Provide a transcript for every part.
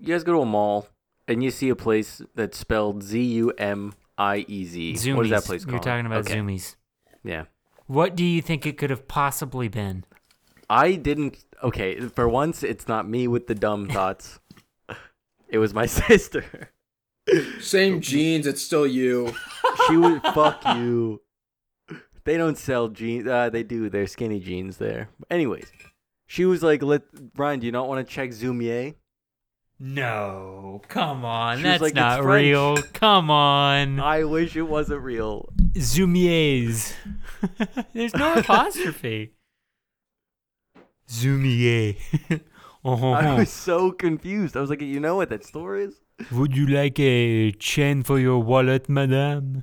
you guys go to a mall and you see a place that's spelled Z U M I E Z. Zoomies. What is that place called? You're talking about Okay. Zoomies. Yeah. What do you think it could have possibly been? I didn't. Okay, for once, it's not me with the dumb thoughts. it was my sister. Same jeans, it's still you. She would fuck you. They don't sell jeans. Uh, they do. They're skinny jeans there. anyways, she was like, "Let Brian, do you not want to check Zoomier?" No, come on, She was that's like, "It's not French." real. Come on, I wish it wasn't real. Zoomies. There's no apostrophe. Zoomier. I oh, was so confused. I was like, "You know what that store is?" would you like a chain for your wallet, madame?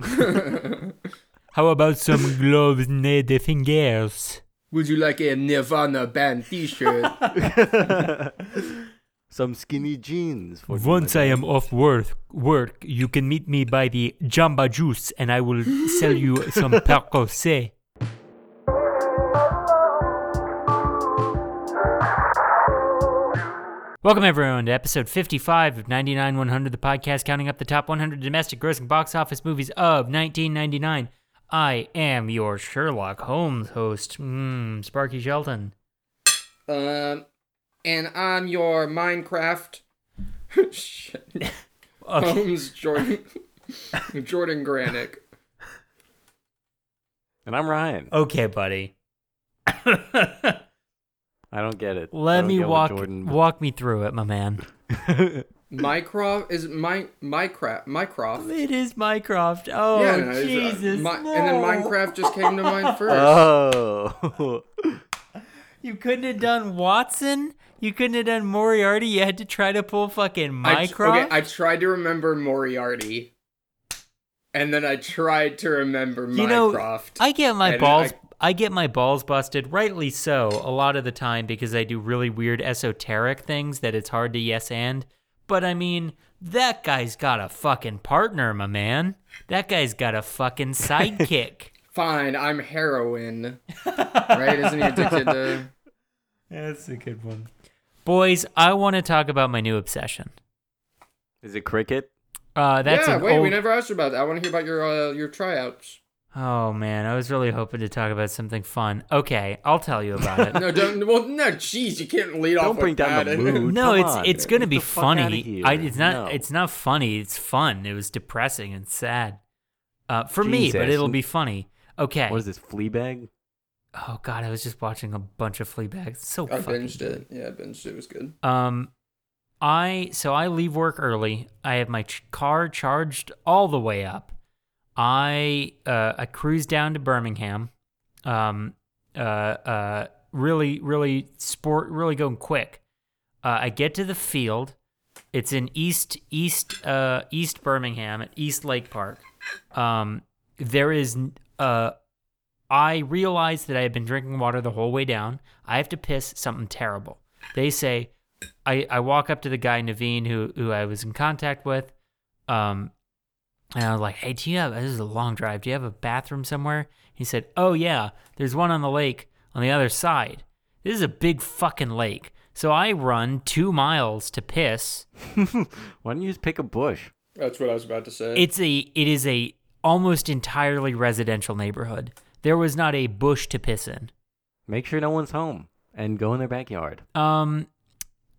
How about some gloves near the fingers? Would you like a Nirvana band T-shirt? Some skinny jeans. For Once I am off work, work, you can meet me by the Jamba Juice, and I will sell you some Percocet. Welcome everyone to episode 55 of 99 100, the podcast counting up the top 100 domestic grossing box office movies of 1999. I am your Sherlock Holmes host, mm, Sparky Shelton. um, and I'm your Minecraft. Shit. Okay. Holmes Jordan. Jordan Granick. and I'm Ryan. okay, buddy. I don't get it. I Let don't me get what walk Jordan. walk me through it, my man. Mycroft is my Minecraft. Mycroft. It is Minecraft. Oh, Yeah, no, it's, uh, Jesus. Mi- And then no. Uh, Minecraft just came to mind first. oh. You couldn't have done Watson. You couldn't have done Moriarty. You had to try to pull fucking I tr- Minecraft. okay, I tried to remember Moriarty, and then I tried to remember you know, Minecraft. I get my And balls. I- I get my balls busted, rightly so, a lot of the time because I do really weird esoteric things that it's hard to yes and. But I mean, that guy's got a fucking partner, my man. That guy's got a fucking sidekick. Fine, I'm heroin. right? Isn't he addicted to? That's a good one. Boys, I want to talk about my new obsession. Is it cricket? Uh, that's yeah. an Wait, old... we never asked you about that. I want to hear about your uh, your tryouts. Oh man, I was really hoping to talk about something fun. Okay, I'll tell you about it. No, don't. Well, no. Jeez, you can't lead off. Don't bring with down the that. mood. no, Come it's on. it's gonna Get be the fuck outta funny. here. I, it's not No. it's not funny. It's fun. It was depressing and sad uh, for me, but Jesus. it'll be funny. Okay. What is this, Fleabag? Oh god, I was just watching a bunch of Fleabag. It's so I fucking binged it. Yeah, I binged it. It was good. Um, I so I leave work early. I have my ch- car charged all the way up. I uh, I cruise down to Birmingham. Um, uh, uh, really, really sport, really going quick. Uh, I get to the field. It's in East East uh, East Birmingham at East Lake Park. Um, there is n- uh, I realized that I had been drinking water the whole way down. I have to piss something terrible. They say, I, I walk up to the guy Naveen who who I was in contact with, um, and I was like, Hey, do you have this is a long drive? Do you have a bathroom somewhere? He said, Oh yeah, there's one on the lake on the other side. This is a big fucking lake. So I run two miles to piss. Why don't you just pick a bush? That's what I was about to say. It's a it is a almost entirely residential neighborhood. There was not a bush to piss in. Make sure no one's home and go in their backyard. Um,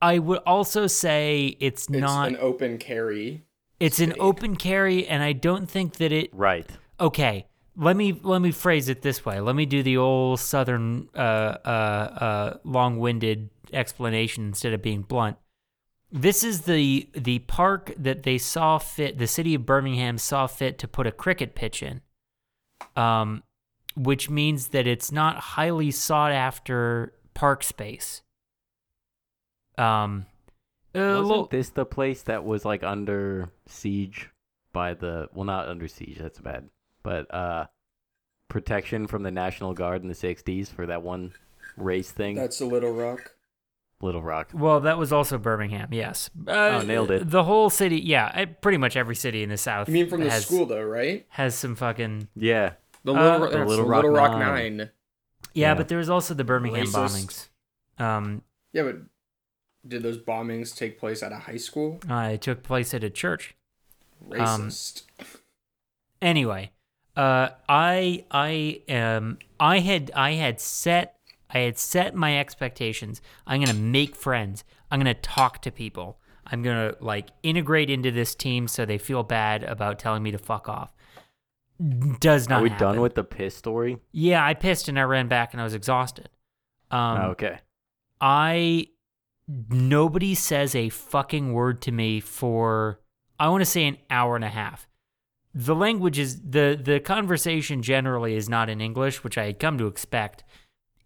I would also say it's, It's not. an open carry. it's an state. open carry, and I don't think that it. Right. Okay, let me let me phrase it this way. Let me do the old southern, uh, uh, uh, long-winded explanation instead of being blunt. This is the the park that they saw fit. The city of Birmingham saw fit to put a cricket pitch in. Um, which means that it's not highly sought after park space. Um, a Wasn't little- this the place that was like under siege by the well, not under siege. That's bad, but uh, protection from the National Guard in the '60s for that one race thing. That's a Little Rock. Little Rock. Well, that was also Birmingham, yes. Uh, Oh, nailed it. The whole city, yeah, I- pretty much every city in the South. You mean from the has, school though, right? has some fucking Yeah. Uh, The Little, Ro- The that's Little the Rock Little Rock Nine. Nine. yeah, Yeah. but there was also the Birmingham Racist. bombings. Um, Yeah, but Did those bombings take place at a high school? Uh, it took place at a church. Um, Racist. Anyway, uh, I I um I had I had set I had set my expectations. I'm gonna make friends. I'm gonna talk to people. I'm gonna like integrate into this team so they feel bad about telling me to fuck off. Does not. Are we happen. done with the piss story? Yeah, I pissed and I ran back and I was exhausted. Um, Oh, okay. I nobody says a fucking word to me for I want to say an hour and a half. The language is the the conversation generally is not in English, which I had come to expect.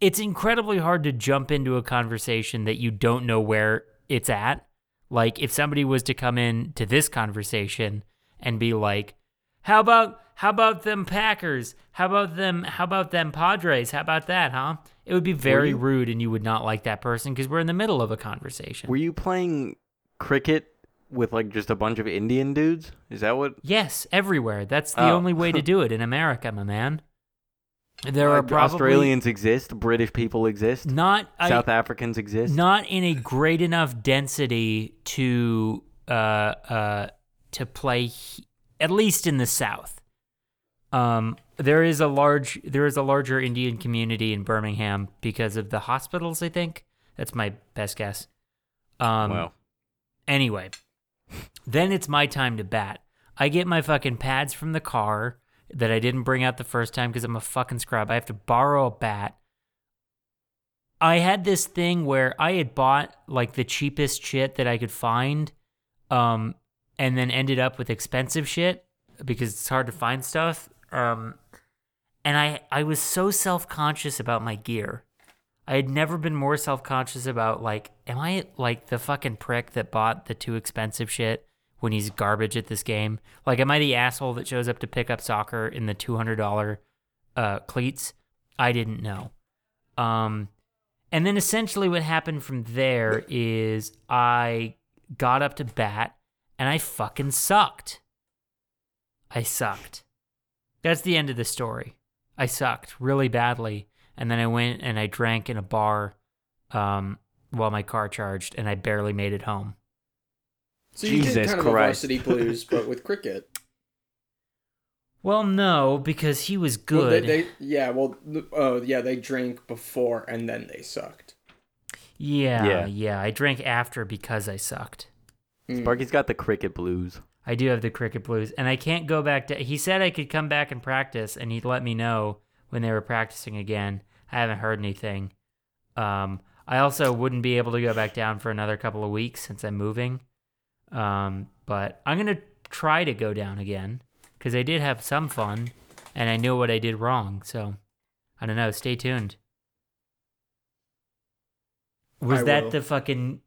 It's incredibly hard to jump into a conversation that you don't know where it's at. Like if somebody was to come in to this conversation and be like, "How about how about them Packers? How about them how about them Padres? How about that, huh?" It would be very you- rude and you would not like that person because we're in the middle of a conversation. Were you playing cricket with like just a bunch of Indian dudes? Is that what? yes, everywhere. That's the Oh. only way to do it in America, my man. There Uh, are probably Australians exist. British people exist. not I- South Africans exist. not in a great enough density to uh uh to play he- at least in the south um there is a large there is a larger indian community in birmingham because of the hospitals i think that's my best guess um wow. Anyway, then it's my time to bat. I get my fucking pads from the car that I didn't bring out the first time because I'm a fucking scrub. I have to borrow a bat. I had this thing where I had bought like the cheapest shit that I could find, um, and then ended up with expensive shit because it's hard to find stuff. Um, and I I was so self conscious about my gear. I had never been more self conscious about like, am I like the fucking prick that bought the too expensive shit when he's garbage at this game? Like, am I the asshole that shows up to pick up soccer in the two hundred dollar uh, cleats? I didn't know. Um, and then essentially what happened from there is I got up to bat and I fucking sucked. I sucked. That's the end of the story. I sucked really badly. And then I went and I drank in a bar um, while my car charged and I barely made it home. so you did Jesus kind of a Christ. varsity blues, but with cricket. Well, no, because he was good. Well, they, they, yeah. Well, th- oh yeah, they drank before and then they sucked. yeah, yeah, Yeah. I drank after because I sucked. Hmm. Sparky's got the cricket blues. I do have the cricket blues and I can't go back to. He said I could come back and practice and he'd let me know when they were practicing again. I haven't heard anything. Um, I also wouldn't be able to go back down for another couple of weeks since I'm moving. Um, but I'm going to try to go down again because I did have some fun and I knew what I did wrong. So I don't know. Stay tuned. Was I that will. the fucking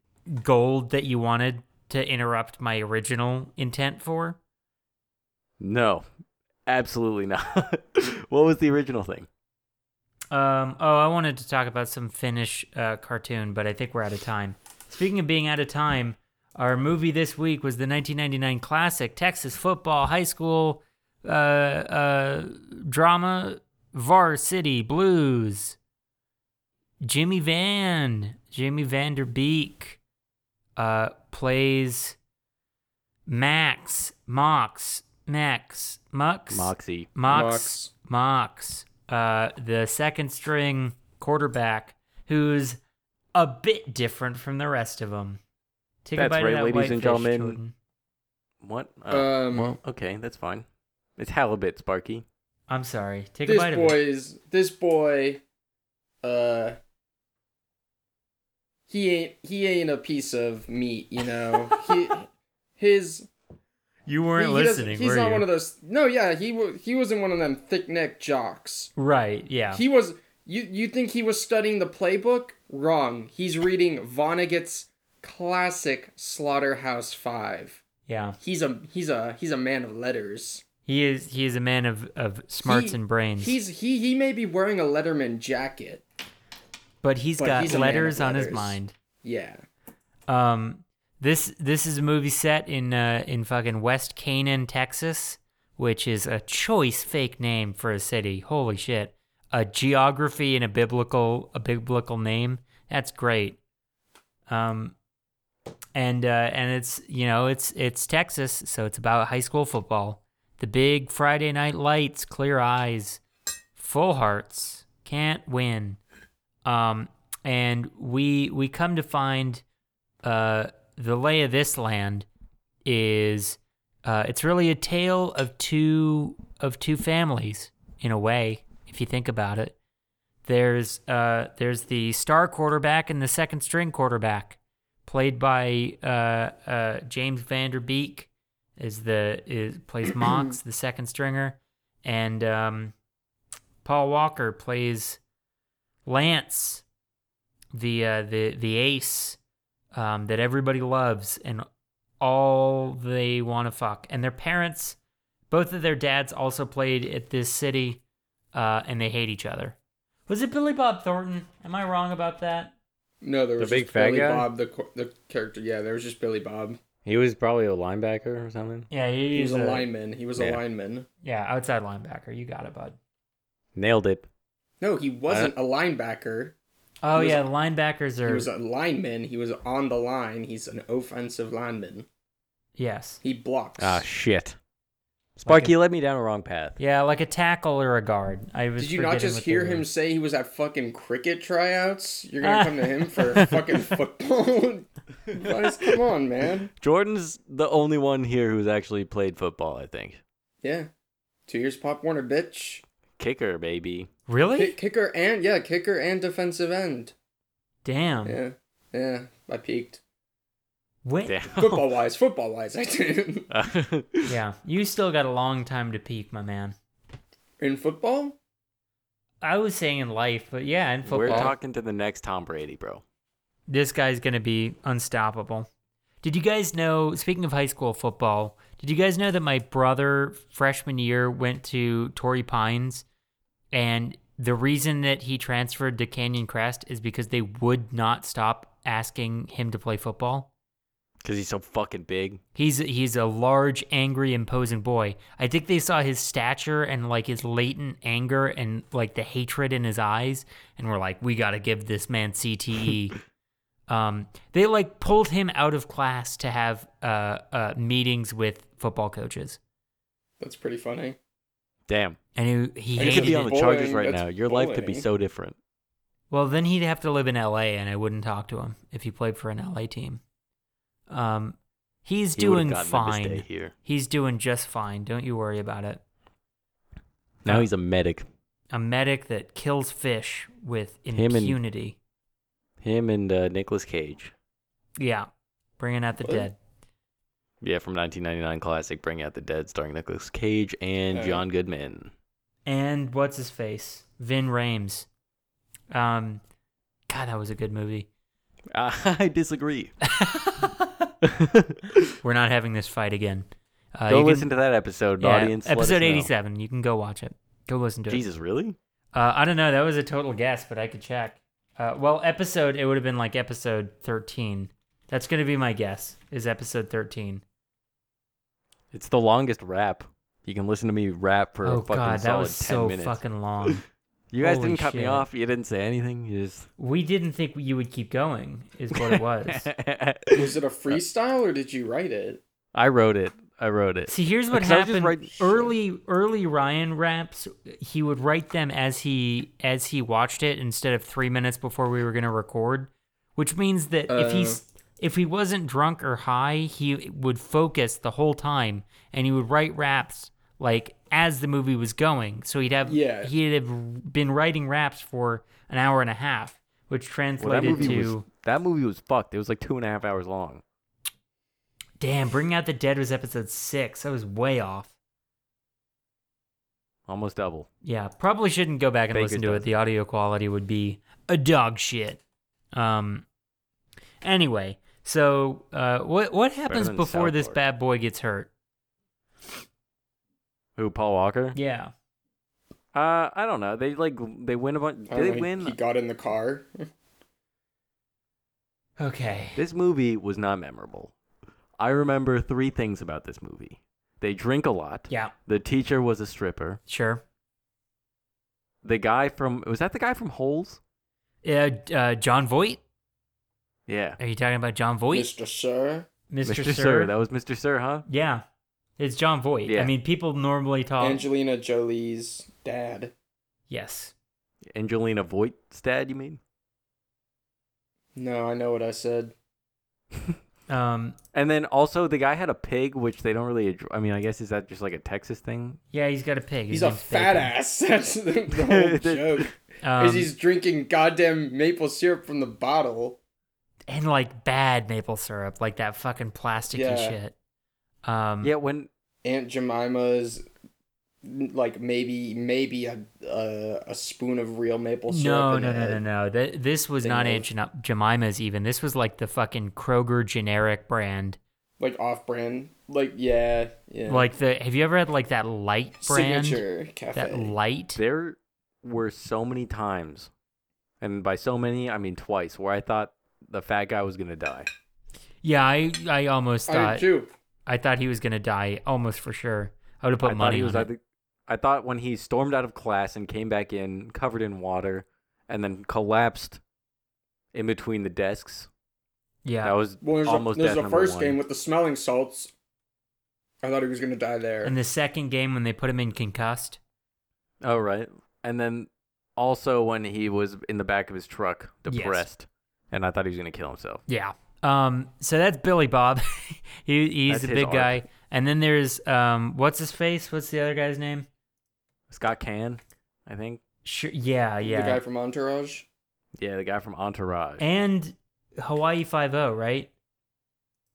gold that you wanted to interrupt my original intent for? No, absolutely not. what was the original thing? Um, oh, I wanted to talk about some Finnish uh, cartoon, but I think we're out of time. Speaking of being out of time, our movie this week was the 1999 classic Texas football high school uh, uh, drama Varsity Blues. Jimmy Van, Jimmy Vanderbeek, uh, plays Max, Mox, Max, Mux, Moxie. Mox, Mox, uh, the second string quarterback, who's a bit different from the rest of them. Take That's a bite right, of that ladies whitefish, and gentlemen. Jordan. What? Oh, Um, well, okay, that's fine. It's halibut, Sparky. I'm sorry. Take a this bite of it. boy is this boy uh he ain't he ain't a piece of meat you know he his You he, weren't he doesn't- listening, he's were not you? one of those no yeah he wa- he wasn't one of them thick neck jocks right? Yeah. he was you you think he was studying the playbook wrong he's reading vonnegut's classic slaughterhouse five yeah. he's a he's a he's a man of letters He is. He is a man of, of smarts He- and brains. he's he he may be wearing a letterman jacket but he's but got he's a man of letters on his letters. mind. yeah Um, this this is a movie set in uh, in fucking West Canaan, Texas, which is a choice fake name for a city. Holy shit! A geography and a biblical a biblical name. That's great. Um, and uh, and it's you know it's it's Texas, so it's about high school football. The big Friday night lights, clear eyes, full hearts, can't win. Um, and we we come to find uh, the lay of this land is uh, it's really a tale of two of two families in a way, if you think about it. There's uh, there's the star quarterback and the second string quarterback, played by uh, uh, James Vanderbeek, is the is plays Mox, the second stringer, and um, Paul Walker plays Lance, the uh, the the ace um, that everybody loves and all they want to fuck. And their parents, both of their dads, also played at this city, uh, and they hate each other. Was it Billy Bob Thornton? Am I wrong about that? No, there The was big just fat Billy guy? Bob, the qu- the character. Yeah, there was just Billy Bob. He was probably a linebacker or something. Yeah, He he's was a a lineman. He was a yeah. lineman. yeah outside linebacker. You got it, bud. Nailed it. No, he wasn't a linebacker. Oh He was- yeah, the linebackers He are was a lineman. He was on the line. He's an offensive lineman. yes, He blocks. Ah, shit. Sparky Like led me down a wrong path. yeah, like a tackle or a guard. I was Did you not forgetting just what they hear were. him say he was at fucking cricket tryouts? You're gonna come to him for fucking football? Guys, come on, man. Jordan's the only one here who's actually played football, I think. Yeah, two years Pop Warner, bitch. Kicker, baby. really? Kick, kicker and yeah, kicker and defensive end. Damn. Yeah, yeah, I peaked. Wait- Damn. Football wise, football wise, I did. yeah, you still got a long time to peak, my man. In football, I was saying in life, but yeah, in football, We're talking to the next Tom Brady, bro. this guy's going to be unstoppable. Did you guys know, speaking of high school football, did you guys know that my brother freshman year went to Torrey Pines and the reason that he transferred to Canyon Crest is because they would not stop asking him to play football? Because he's so fucking big. He's he's a large, angry, imposing boy. I think they saw his stature and like his latent anger and like the hatred in his eyes, and were like, "We got to give this man CTE." um, they like pulled him out of class to have uh, uh, meetings with football coaches, that's pretty funny. Damn. and he, he I You guess could hated. be it's on the bullying, Chargers right that's now. Your life could be bullying. so different. Well, then he'd have to live in L.A., and I wouldn't talk to him if he played for an L.A. team. Um, he's He would've doing gotten him to stay fine. here. He's doing just fine. Don't you worry about it. Now he's a medic. a medic that kills fish with Him and- impunity. Him and uh, Nicolas Cage. yeah, bringing out the What? dead. Yeah, from 1999 classic Bring Out the Dead, starring Nicolas Cage and Okay. John Goodman. And what's his face? Vin Rames. Um, God, that was a good movie. I disagree. We're not having this fight again. Uh, Go you listen can- to that episode, yeah, audience. Let us episode know. 87. You can go watch it. Go listen to Jesus, really? it. Uh, I don't know. That was a total guess, but I could check. Uh, well, episode it would have been like episode 13. That's gonna be my guess. Is episode 13. It's the longest rap. You can listen to me rap for a oh fucking God, that solid was 10 so minutes. fucking long. you guys holy didn't cut me shit. off. You didn't say anything. You just. We didn't think you would keep going, is what it was. Was it a freestyle or did you write it? I wrote it. I wrote it. See, here's what Because I was just happened. writing- Early, early Ryan raps, he would write them as he as he watched it instead of three minutes before we were gonna record, which means that if he's if he wasn't drunk or high, he would focus the whole time and he would write raps like as the movie was going. So he'd have Yeah. he'd have been writing raps for an hour and a half, Well, which that translated movie to was that movie was fucked. It was like two and a half hours long. Damn, Bringing Out the Dead was episode six. I was way off. Almost double. Yeah, probably shouldn't go back and Baker's listen to it. dozen. The audio quality would be a dog shit. Um. Anyway, so uh, what what happens than before South this Park. bad boy gets hurt? Who, Paul Walker? Yeah. Uh, I don't know. They like they win a bunch. Did I don't they know, He win? got in the car. Okay. This movie was not memorable. I remember three things about this movie. They drink a lot. Yeah. The teacher was a stripper. Sure. The guy from was that the guy from Holes? Uh, uh, John Voight. Yeah. Are you talking about John Voight? Mr. Sir. Mr. Sir. That was Mr. Sir, huh? yeah. It's John Voight. I Yeah. mean, people normally talk. Angelina Jolie's dad. yes. Angelina Voigtstad, you mean? No, I know what I said. Um, And then also the guy had a pig, which they don't really. addr- I mean, I guess is that just like a Texas thing? yeah, he's got a pig. He's His a name's fat Bacon. ass. That's the, the whole joke. Um, Is he's drinking goddamn maple syrup from the bottle. and like bad maple syrup, like that fucking plasticky Yeah. shit. Um, Yeah. When Aunt Jemima's like maybe maybe a a, a spoon of real maple No, syrup. no, no, no, no. Th- this was They not know. Aunt Jena- Jemima's even. This was like the fucking Kroger generic brand. Like off brand. Like yeah, yeah. Like the have you ever had like that light brand? signature cafe. That light? there were so many times, and by so many I mean twice, where I thought the fat guy was gonna die. Yeah, I I almost I thought did too. I thought he was gonna die almost for sure. I would have I put thought money he on was it. either, I thought when he stormed out of class and came back in covered in water, and then collapsed in between the desks. yeah. That was Well, there's almost a, there's death the number first one. game with the smelling salts. I thought he was gonna die there. and uh, the second game when they put him in concussed. Oh right. And then also when he was in the back of his truck, Yes. depressed, and I thought he was gonna kill himself. Yeah. Um so that's Billy Bob. he he's That's a his big arc. guy. And then there's um what's his face? What's the other guy's name? Scott Can, I think. Sure, yeah, yeah. The guy from Entourage. Yeah, the guy from Entourage. and Hawaii Five O, right?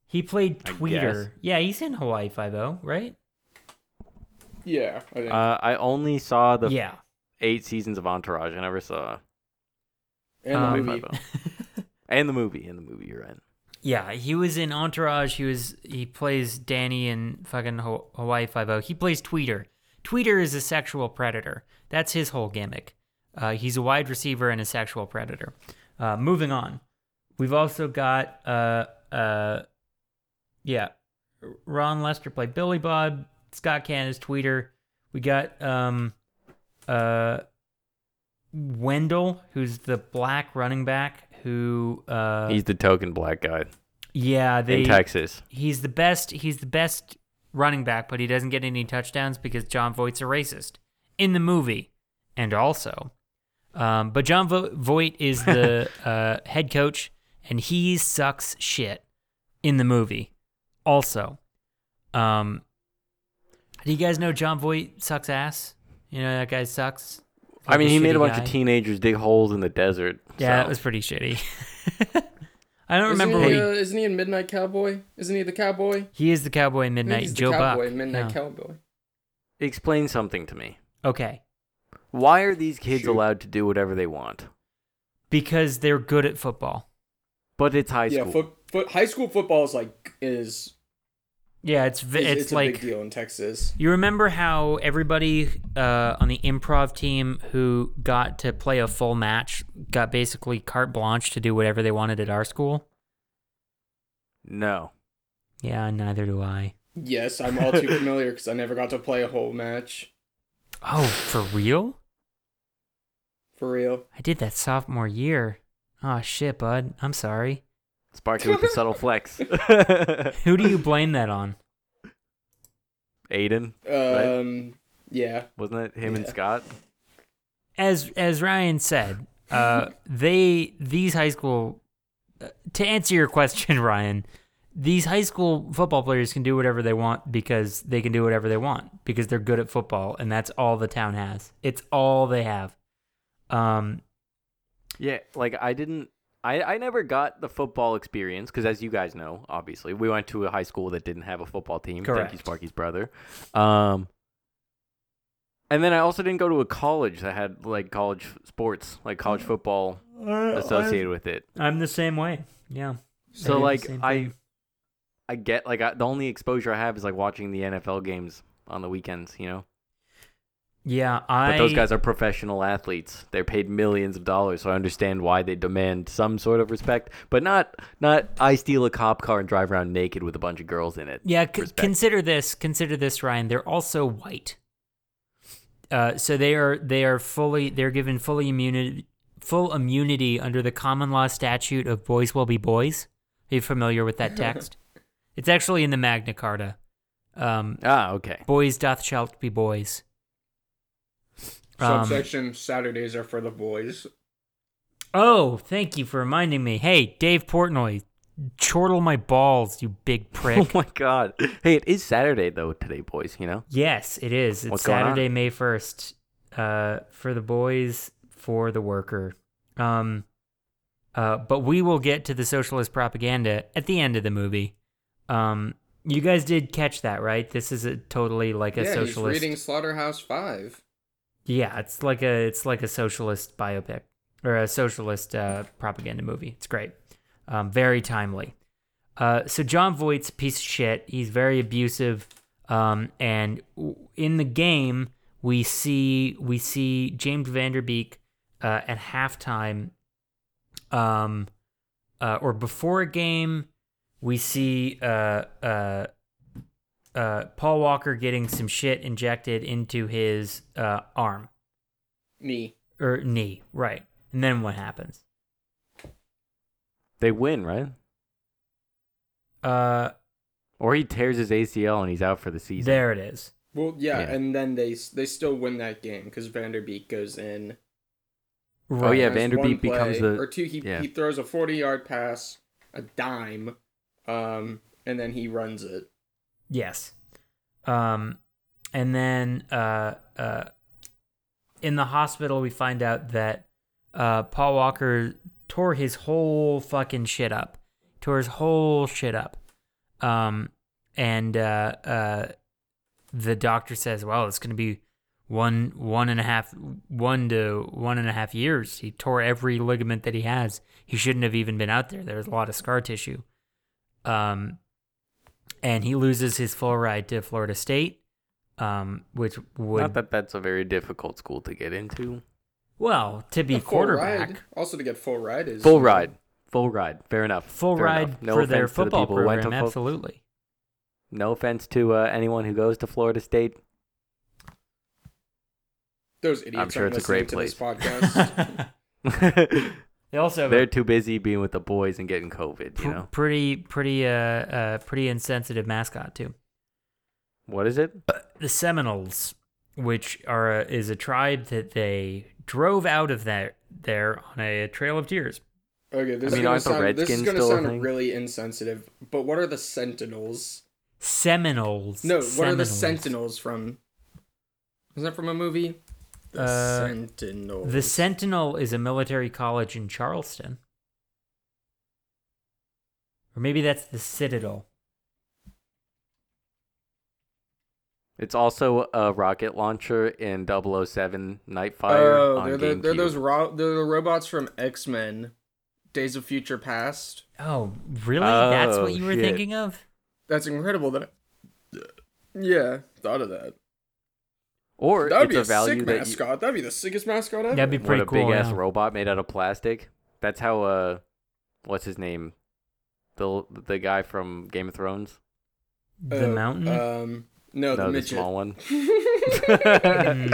He played I Tweeter. guess. Yeah, he's in Hawaii Five O, right? Yeah, I think. uh, I only saw the yeah. eight seasons of Entourage. I never saw and the um, movie. Five-O. and the movie. In the movie, you're in. Yeah, he was in Entourage. He was he plays Danny in fucking Ho- Hawaii Five O. He plays Tweeter. Tweeter is a sexual predator. That's his whole gimmick. Uh, he's a wide receiver and a sexual predator. Uh, moving on, we've also got uh uh yeah, Ron Lester played Billy Bob. Scott Can is Tweeter. We got um uh Wendell, who's the black running back who uh He's the token black guy yeah, they. in Texas. He's the best. He's the best running back, but he doesn't get any touchdowns because John Voight's a racist in the movie, and also, um, but John Vo- Voight is the uh, head coach, and he sucks shit in the movie. Also, um, do you guys know John Voight sucks ass? You know that guy sucks. I mean, he made a bunch teams. of teenagers dig holes in the desert. Yeah, so- that was pretty shitty. I don't Isn't remember what he, he uh, isn't he in Midnight Cowboy? Isn't he the cowboy? I think He is the cowboy in Midnight. he's the Joe cowboy, Buck. in Midnight Yeah. Cowboy. Explain something to me. okay, Why are these kids Shoot. allowed to do whatever they want? because they're good at football. But it's high yeah, school. foot, foot, high school football is like is, Yeah, it's v- is it's, it's, a like big deal in Texas. you remember how everybody uh, on the improv team who got to play a full match got basically carte blanche to do whatever they wanted at our school. no. Yeah, neither do I. Yes, I'm all too familiar because I never got to play a whole match Oh, for real? for real. I did that sophomore year. Oh shit, bud. I'm sorry. Sparky with the subtle flex. Who do you blame that on? Aiden, Um, Right. yeah, wasn't it him and Yeah. Scott? as as Ryan said, uh, they these high school. uh, To answer your question, Ryan, these high school football players can do whatever they want because they can do whatever they want because they're good at football, and that's all the town has. It's all they have. Um, Yeah, like I didn't. I, I never got the football experience because, as you guys know, obviously we went to a high school that didn't have a football team. Thank Correct. you, Sparky's brother. Um, and then I also didn't go to a college that had like college sports, like college football associated with it. I'm the same way. Yeah. So did the like same I, thing. I get like I, the only exposure I have is like watching the NFL games on the weekends. You know, Yeah. but I. those guys are professional athletes. They're paid millions of dollars, so I understand why they demand some sort of respect, but not not I steal a cop car and drive around naked with a bunch of girls in it. Yeah, c- respect. consider this. Consider this, Ryan. They're also white. Uh, so they are they are fully they're given fully immunity full immunity under the common law statute of boys will be boys. Are you familiar with that text? it's actually in the Magna Carta. Um, Ah, okay. boys doth shalt be boys. Um, Subsection Saturdays are for the boys. oh, thank you for reminding me. Hey, Dave Portnoy, chortle my balls, you big Oh prick. my god. Hey, it is Saturday though today, boys. You know. yes, it is. It's What's going on? Saturday, May first. Uh, for the boys, for the worker. Um, uh, but we will get to the socialist propaganda at the end of the movie. Um, you guys did catch that, right? This is a totally like a yeah, socialist. he's reading Slaughterhouse Five. Yeah, it's like a it's like a socialist biopic or a socialist uh, propaganda movie. It's great, um, very timely. Uh, so John Voight's a piece of shit. He's very abusive, um, and w- in the game we see we see James Vanderbeek uh, at halftime, um, uh, or before a game. We see uh, uh, uh, Paul Walker getting some shit injected into his uh, arm Me. or knee, right? And then what happens? They win, right? Uh, Or he tears his ACL and he's out for the season. there it is. Well, yeah, Yeah. and then they s- they still win that game because Vanderbeek goes in. Oh yeah, There's one Vanderbeek becomes play- the or two. He yeah. he throws a forty yard pass, a dime, um, and then he runs it. Yes. Um, and then uh, uh, in the hospital, we find out that uh, Paul Walker tore his whole fucking shit up. Tore his whole shit up. Um, and uh, uh, the doctor says, "Well, it's going to be one, one and a half, one to one and a half years. He tore every ligament that he has. He shouldn't have even been out there. There's a lot of scar tissue." Um, and he loses his full ride to Florida State, um, which would Not that that's a very difficult school to get into. well, to be A full quarterback, ride. Also, to get full ride is Full ride. Full ride. Fair enough. full Fair ride enough. No for their offense to the football people who went to program, fo- absolutely. No offense to uh, anyone who goes to Florida State. Those idiots. I'm sure aren't it's a great listening to This podcast. they also have They're a too busy being with the boys and getting COVID. pr- You know pretty, pretty, uh, uh, pretty insensitive mascot too. what is it? The Seminoles, which are a, is a tribe that they drove out of that there on a trail of tears. okay, this I mean, is gonna aren't the sound, this is Redskins gonna still a sound thing? really insensitive. But what are the Sentinels? Seminoles. No, what are the Seminoles. Sentinels from? Is that from a movie? The Uh, Sentinels. The Sentinel is a military college in Charleston. Or maybe that's the Citadel. It's also a rocket launcher in 007 Nightfire. Oh, on they're, the, they're GameCube. those ro- they're the robots from X Men, Days of Future Past. Oh, really? That's Oh, what you were shit. thinking of? That's incredible. That, I- yeah, thought of that. Or That'd it's be a, a value sick that you, mascot. That'd be the sickest mascot ever. That'd be what pretty a cool. big ass yeah. robot made out of plastic. That's how uh, what's his name, the the guy from Game of Thrones. The Uh, mountain? Um, no, the no, the midget. small one. Mm,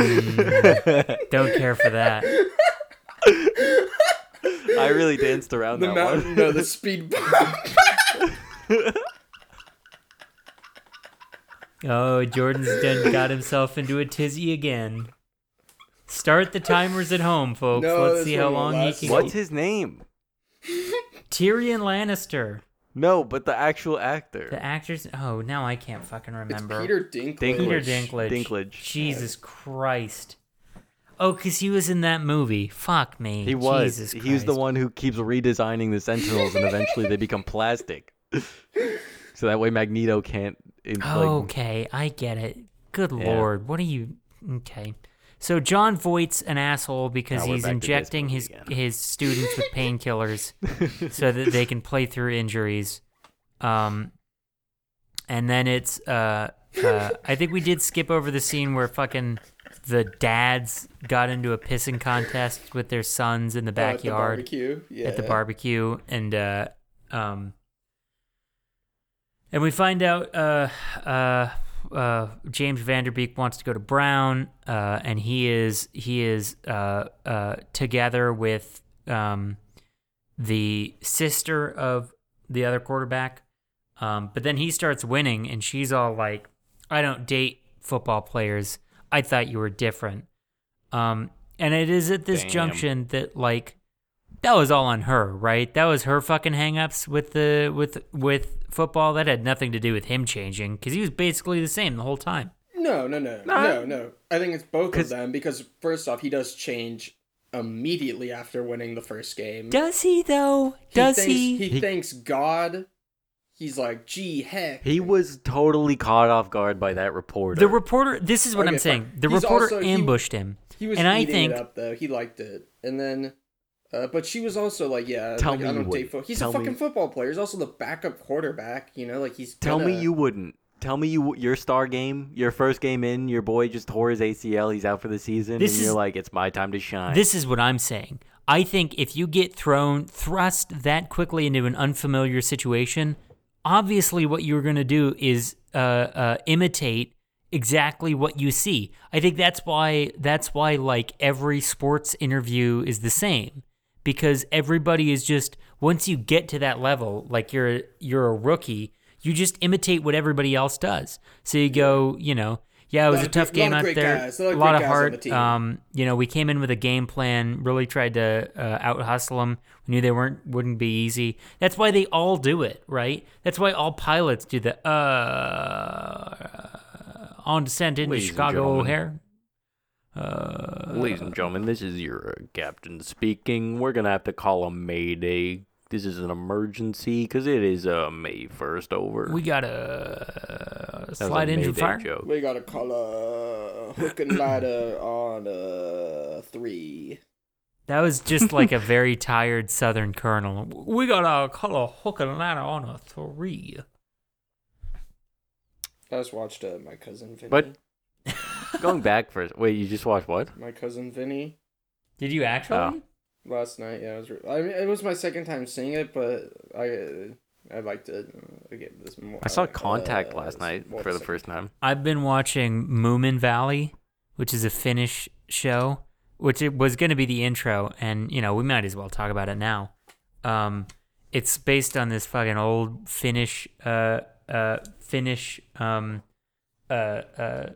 don't care for that. I really danced around the that mountain. one. no, the speed bump. Oh, Jordan's done got himself into a tizzy again. Start the timers at home, folks. No, Let's this see how one will long he last. can. What's his name? Tyrion Lannister, No, but the actual actor. the actor's. Oh, now I can't fucking It's remember. Peter Dinklage. Peter Dinklage. Dinklage. Dinklage. Jesus Christ. Oh, because he was in that movie. Fuck me. he was. Jesus he was the Christ. one who keeps redesigning the Sentinels, and eventually they become plastic. so that way Magneto can't. in- like- Oh, Okay, I get it. Good Yeah. lord, what are you? Okay, so John Voight's an asshole because Now we're he's back to this injecting movie his again. his students with painkillers so that they can play through injuries. Um, and then it's uh, uh, I think we did skip over the scene where fucking the dads got into a pissing contest with their sons in the Oh, at the backyard barbecue. Yeah. at the barbecue and uh um and we find out uh uh uh, James Vanderbeek wants to go to Brown, uh, and he is he is uh, uh, together with um, the sister of the other quarterback. Um, but then he starts winning, and she's all like, "I don't date football players. I thought you were different." Um, and it is at this Damn. junction that like that was all on her, right? That was her fucking hangups with the with with football. That had nothing to do with him changing because he was basically the same the whole time. No, no, no, No. no, no. I think it's both of 'Cause- them because first off, he does change immediately after winning the first game. Does he though? He Does thanks, he? He- thanks God. He's like, gee, heck. He was totally caught off guard by that reporter. The reporter. This is what Okay, I'm saying. fine. The He's reporter also- he- ambushed him, He was and I eating think it up though. He liked it, and then, uh, but she was also like, "Yeah, Tell like, me I you don't date wouldn't. fo- He's Tell a me- fucking football player. He's also the backup quarterback. You know, like he's Tell me gonna- you wouldn't. Tell me you your star game, your first game in, your boy just tore his ACL. He's out for the season, This and is- you're like, it's my time to shine. this is what I'm saying. I think if you get thrown thrust that quickly into an unfamiliar situation, obviously what you're going to do is uh, uh, imitate exactly what you see. I think that's why that's why like every sports interview is the same because everybody is just once you get to that level, like you're you're a rookie, you just imitate what everybody else does. So you go, you know, yeah, it was Lot a of tough great- lot game of out great there, guys. a A lot lot, of of great guys on the heart. team. Um, you know, we came in with a game plan, really tried to uh, out hustle them. We knew they weren't wouldn't be easy. That's why they all do it, right? That's why all pilots do the uh on descent into Ladies and Chicago gentlemen. O'Hare. Uh, Ladies and gentlemen, this is your uh, captain speaking. We're gonna have to call a mayday. This is an emergency because it is uh, May first over. we got a That was a slide engine Mayday fire. joke. We gotta call a hook and ladder on uh three. That was just like a very tired Southern colonel. We got a color hook and ladder on a three. I just watched uh, my cousin Vinny. But going back first, wait, you just watched what? my cousin Vinny Did you actually? Oh. last night. Yeah, I was. Re- I mean, it was my second time seeing it, but I uh, I liked it. I get this. More, I saw like, Contact uh, last night more for the second- first time. I've been watching Moomin Valley, which is a Finnish show, which it was going to be the intro, and you know we might as well talk about it now. Um, it's based on this fucking old Finnish, uh, uh, Finnish, um, uh, uh,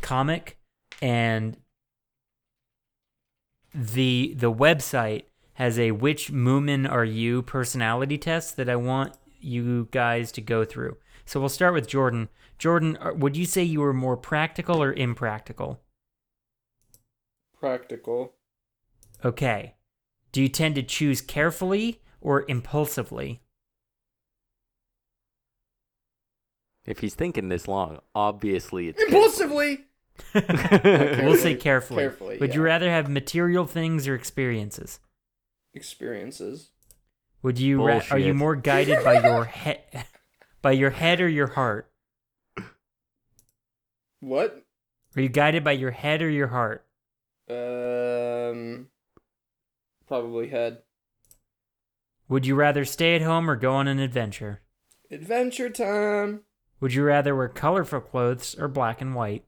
comic, and the the website has a which Moomin are you personality test that I want you guys to go through. So we'll start with Jordan. Jordan, are- would you say you were more practical or impractical? Practical. Okay. Do you tend to choose carefully or impulsively? If he's thinking this long, obviously it's Impulsively. We'll say carefully. Carefully, Would you yeah. rather have material things or experiences? experiences. Would you ra- are you Bullshit. more guided by your head by your head or your heart? What? Are you guided by your head or your heart? Um, probably head. Would you rather stay at home or go on an adventure? Adventure time. Would you rather wear colorful clothes or black and white?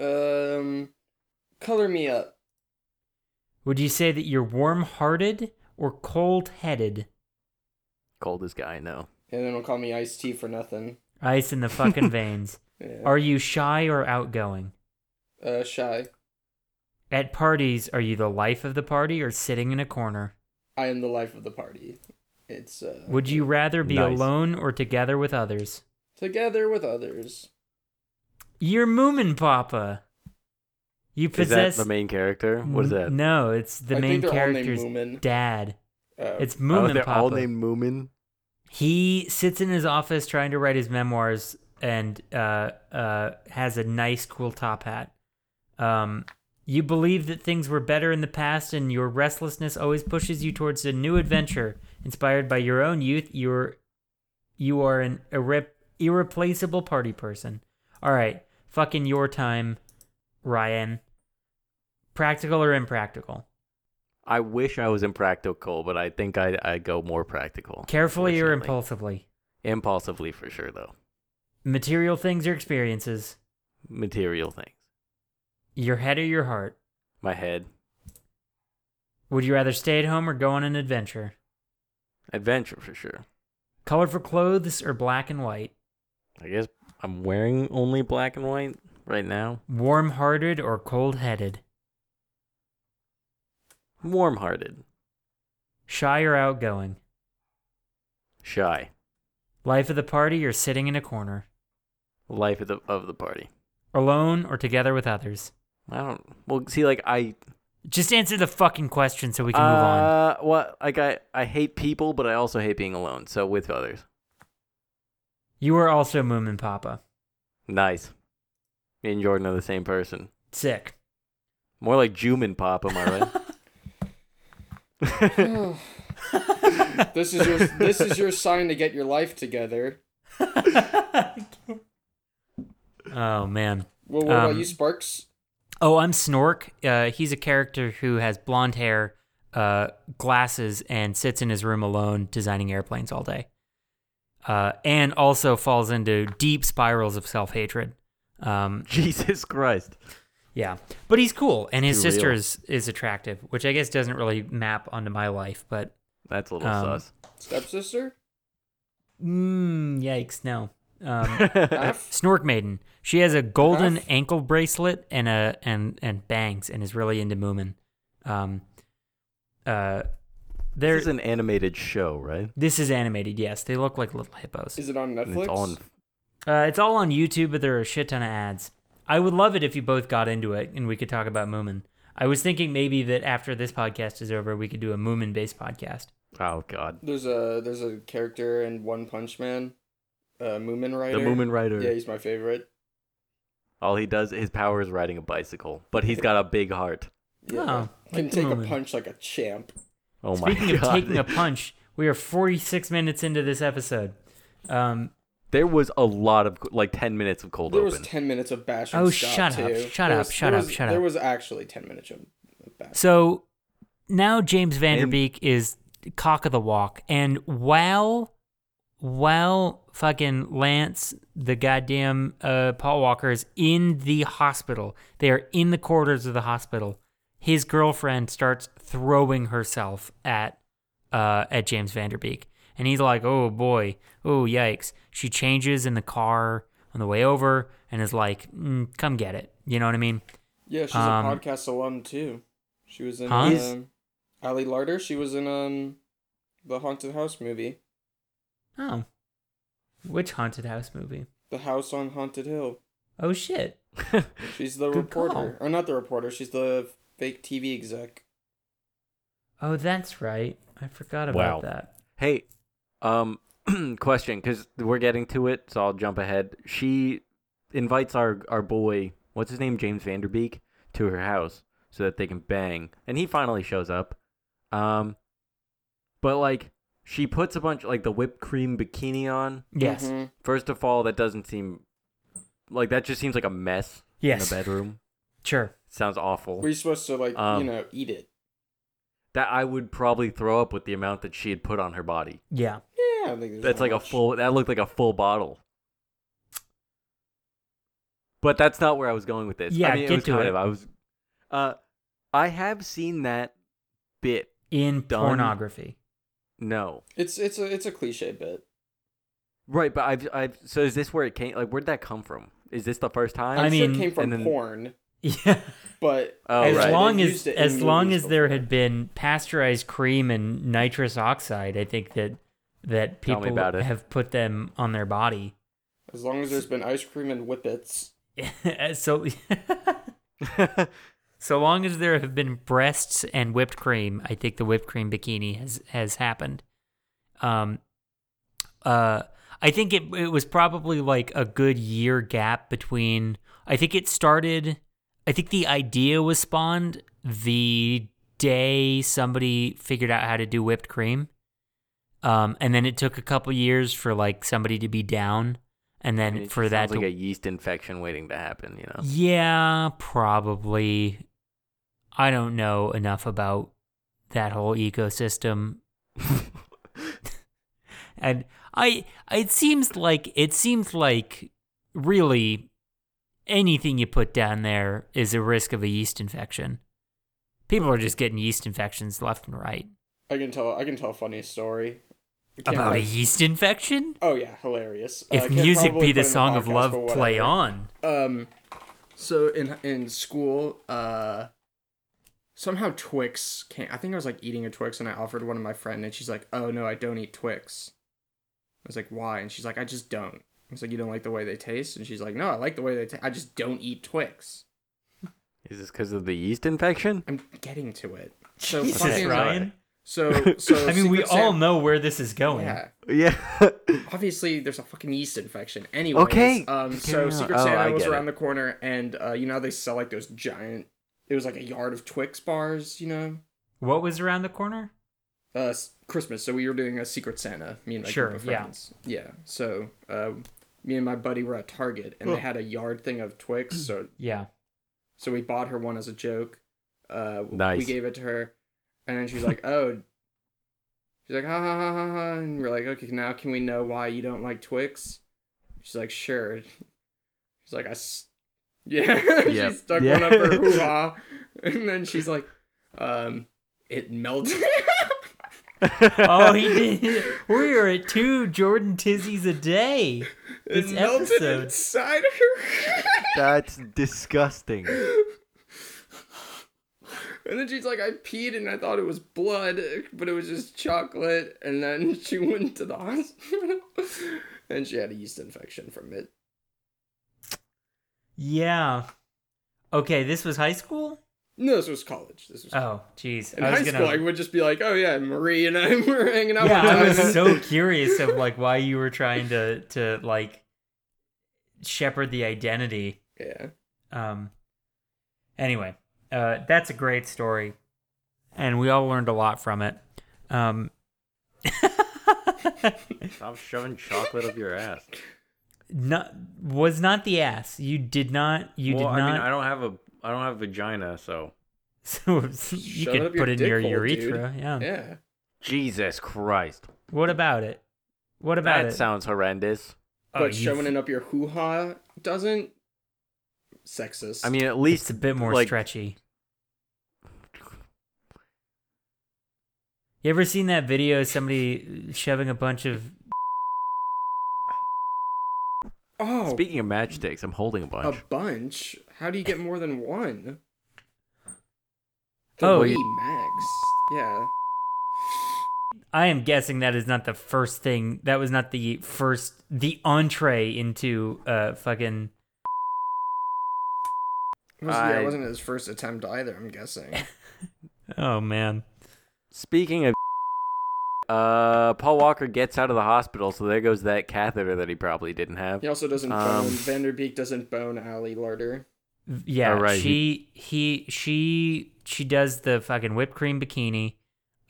Um, color me up. Would you say that you're warm-hearted or cold-headed? coldest guy I know. And then don't call me Ice Tea for nothing. Ice in the fucking veins. Yeah. Are you shy or outgoing? uh, shy. At parties, are you the life of the party or sitting in a corner? I am the life of the party. It's uh, Would you rather be Nice. alone or together with others? together with others. You're Moomin Papa. You Is that possess the main character? What is that? No, it's the I main think they're all named character's Moomin. dad. Uh, It's Oh, Moomin they're Papa. all named Moomin. He sits in his office trying to write his memoirs and uh, uh, has a nice, cool top hat. Um, you believe that things were better in the past, and your restlessness always pushes you towards a new adventure. Inspired by your own youth, you're you are an irre- irreplaceable party person. All right, fucking your time, Ryan. Practical or impractical? I wish I was impractical, but I think I I go more practical. Carefully or unfortunately. impulsively? Impulsively for sure, though. material things or experiences, Material things. your head or your heart. My head. Would you rather stay at home or go on an adventure? Adventure for sure. Colorful clothes or black and white? I guess I'm wearing only black and white right now. Warm hearted or cold headed? Warm hearted. Shy or outgoing? Shy. Life of the party or sitting in a corner? Life of the of the party. Alone or together with others? I don't well see like I Just answer the fucking question so we can move on. uh, Well, like I, I hate people, but I also hate being alone. So with others, You are also Moom and Papa. nice. Me and Jordan are the same person. Sick. More like Juman Pop, am I right? This is your this is your sign to get your life together. Oh, man. Well, what about Um, you, Sparks? Oh, I'm Snork. Uh, he's a character who has blonde hair, uh, glasses, and sits in his room alone designing airplanes all day. Uh, and also falls into deep spirals of self hatred. Um, Jesus Christ! yeah, but he's cool, and his Too real. sister is, is attractive, which I guess doesn't really map onto my life. But That's a little Um, sus. Stepsister? mm, yikes, no. Um, Half? Snork Maiden. She has a golden Huh? ankle bracelet and a and and bangs and is really into Moomin. Um, uh, there. This is an animated show, right? this is animated. Yes, they look like little hippos. Is it And on Netflix? It's on. Uh, it's all on YouTube, but there are a shit ton of ads. I would love it if you both got into it and we could talk about Moomin. I was thinking maybe that after this podcast is over, we could do a Moomin based podcast. Oh God, There's a there's a character in One Punch Man, uh, Moomin the Rider. Moomin Rider. Yeah, he's my favorite. All he does, his power is riding a bicycle, but he's got a big heart. Yeah, Oh, can like take Moomin. a punch like a champ. Oh Speaking my of God! taking a punch, we are 46 minutes into this episode. Um, there was a lot of like ten minutes of cold There was open. ten minutes of bash. Oh, and stop shut up, too. shut There up, was- shut there up, was- shut There up. was actually ten minutes of of bash. So now James Vanderbeek is cock of the walk, and while while fucking Lance, the goddamn uh, Paul Walker is in the hospital, they are in the corridors of the hospital. His girlfriend starts throwing herself at uh, at James Vanderbeek, and he's like, "Oh boy, oh yikes!" She changes in the car on the way over, and is like, mm, "Come get it," you know what I mean? Yeah, she's Um, a podcast alum too. She was in Huh? Is- um, Ali Larder. She was in um the haunted house movie, Oh. Which haunted house movie? The House on Haunted Hill. Oh shit. She's the Good reporter, or not the reporter. She's the fake TV exec. Oh, that's right. I forgot Wow. about that. Hey, um, question, because we're getting to it, so I'll jump ahead. She invites our our boy, what's his name, James Vanderbeek, to her house so that they can bang, and he finally shows up. Um, but like, she puts a bunch like the whipped cream bikini on. Yes. Mhm. First of all, that doesn't seem like that. Just seems like a mess Yes. in the bedroom. Sure. Sounds awful. Were you supposed to like Um, you know eat it? that I would probably throw up with the amount that she had put on her body. Yeah. Yeah, I think there's That's not like a much. full. That looked like a full bottle. But that's not where I was going with this. Yeah, I mean, get it was to kind it. of. I was. Uh, I have seen that bit. In Done. pornography. No, It's it's a it's a cliche bit. right, but I've, I've. So is this where it came? Like, where'd that come from? Is this the first time? I'm I sure mean, it came from and then- porn, Yeah. but Oh, as right. long They've as used it in as long movies as there before. had been pasteurized cream and nitrous oxide, I think that that Tell me people about it. have put them on their body. as long as there's been ice cream and whippets, so so long as there have been breasts and whipped cream, I think the whipped cream bikini has has happened. Um, uh, I think it it was probably like a good year gap between. I think it started. I think the idea was spawned the day somebody figured out how to do whipped cream. Um, and then it took a couple years for like somebody to be down, and I then mean, it for just that sounds like to a yeast infection waiting to happen. Oh. You know. yeah, probably. I don't know enough about that whole ecosystem. and I it seems like it seems like really anything you put down there is a risk of a yeast infection. People are just getting yeast infections left and right. I can tell. I can tell a funny story. I can't About a like- yeast infection? Oh yeah, hilarious. Uh, I If can't music probably be put it the in song of podcast, love, but play whatever. on. Um, so in in school, uh, somehow Twix came. I think I was like eating a Twix, and I offered one to my friend, and she's like, "Oh no, I don't eat Twix." I was like, "Why?" And she's like, "I just don't." I was like, "You don't like the way they taste?" And she's like, "No, I like the way they taste. I just don't eat Twix." Is this because of the yeast infection? I'm getting to it. So Jesus, fucking Ryan. So so. I mean, we Secret all Sam- know where this is going. Yeah. Yeah. obviously there's a fucking yeast infection. Anyways, Okay. Um, Just so carry on. Secret Oh, I Santa was get around it. the corner, and uh, you know how they sell like those giant. It was like a yard of Twix bars, you know. What was around the corner? Uh, s- Christmas, so we were doing a Secret Santa. Me and my Sure, group of yeah. friends. Yeah. So, uh, me and my buddy were at Target, and they had a yard thing of Twix. So, Yeah. so we bought her one as a joke. Uh, we Nice. gave it to her, and then she's like, "Oh." She's like, ha ha ha ha ha, and we're like, okay, now can we know why you don't like Twix? She's like, sure. She's like, I, s-. yeah. Yeah. she stuck Yeah. one up her hoo ha, and then she's like, um, it melted. Oh, he did. we are at two Jordan Tizzies a day. it This melted episode. inside her. That's disgusting. And then she's like, I peed and I thought it was blood, but it was just chocolate. And then she went to the hospital and she had a yeast infection from it. Yeah. Okay, this was high school? No, this was college. This was Oh, jeez. in high school. I would just be like, oh yeah, Marie and I were hanging out. yeah, one I was time." so curious of like why you were trying to to like shepherd the identity. yeah. Um anyway, uh that's a great story. And we all learned a lot from it. Um Stop shoving chocolate up your ass. not was not the ass. You did not you well, did I not mean, I don't have a, I don't have a vagina, so. so you Shove could up put it in dick your hole, dude. urethra. Yeah. Yeah. Jesus Christ. What about it? What about that it? sounds horrendous. Oh, but you've- showing it up your hoo ha doesn't. Sexist. I mean, at It's least a bit more like, stretchy. You ever seen that video of somebody shoving a bunch of oh, Speaking of matchsticks, I'm holding a a bunch. bunch. How do you get more than one? Oh, Three you- max. Yeah. I am guessing that is not the first thing that was not the first the entree into uh fucking It Was, yeah, I- it wasn't his first attempt either. I'm guessing. Oh man. Speaking of, uh, Paul Walker gets out of the hospital, so there goes that catheter that he probably didn't have. He also doesn't Um, bone. Vanderbeek doesn't bone Ally Larder. Yeah, Oh, right, she he she she does the fucking whipped cream bikini,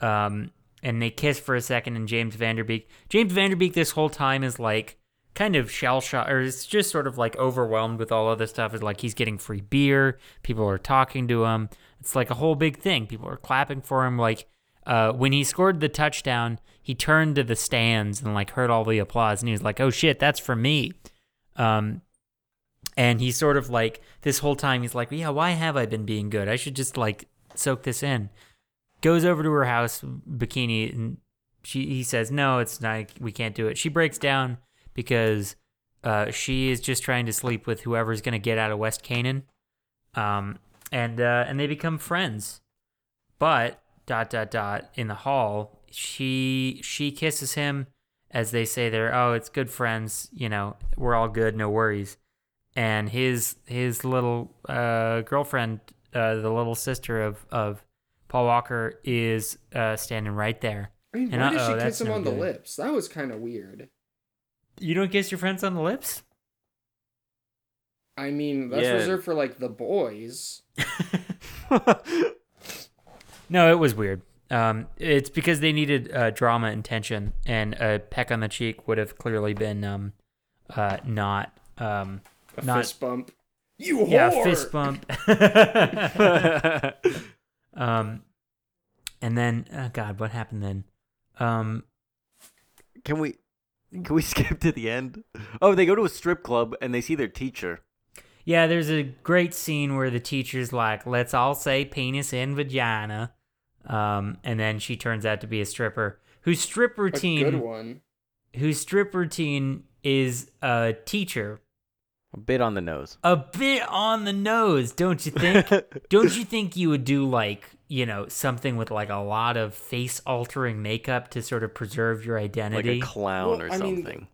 um, and they kiss for a second. And James Vanderbeek, James Vanderbeek, this whole time is like kind of shell shot, or it's just sort of like overwhelmed with all other stuff. Is like he's getting free beer, people are talking to him. It's like a whole big thing. People are clapping for him. Like uh, when he scored the touchdown, he turned to the stands and like heard all the applause, and he was like, "Oh shit, that's for me." Um, and he's sort of like this whole time he's like, yeah, why have I been being good? I should just like soak this in. Goes over to her house bikini and she he says, no, it's not. We can't do it. She breaks down because uh, she is just trying to sleep with whoever's gonna get out of West Canaan, um, and uh, and they become friends. But dot dot dot in the hall, she she kisses him as they say they're oh it's good friends you know we're all good no worries and his his little uh, girlfriend, uh, the little sister of of Paul Walker, is uh, standing right there. I mean, And why did uh-oh, she that's kiss him no on the good. lips? That was kind of weird. You don't kiss your friends on the lips. I mean, that's Yeah. reserved for like the boys. No, it was weird. Um, it's because they needed uh, drama and tension, and a peck on the cheek would have clearly been um, uh, not um, A not fist bump. You whore. yeah fist bump. um, uh, and then oh God, what happened then? Um, Can we? Can we skip to the end? Oh, they go to a strip club and they see their teacher. Yeah, there's a great scene where the teacher's like, "Let's all say penis and vagina," um, and then she turns out to be a stripper whose strip routine, A good one. whose strip routine is a teacher. A bit on the nose. A bit on the nose, don't you think? don't you think you would do like you know something with like a lot of face altering makeup to sort of preserve your Like identity? a clown Well, or I mean, something.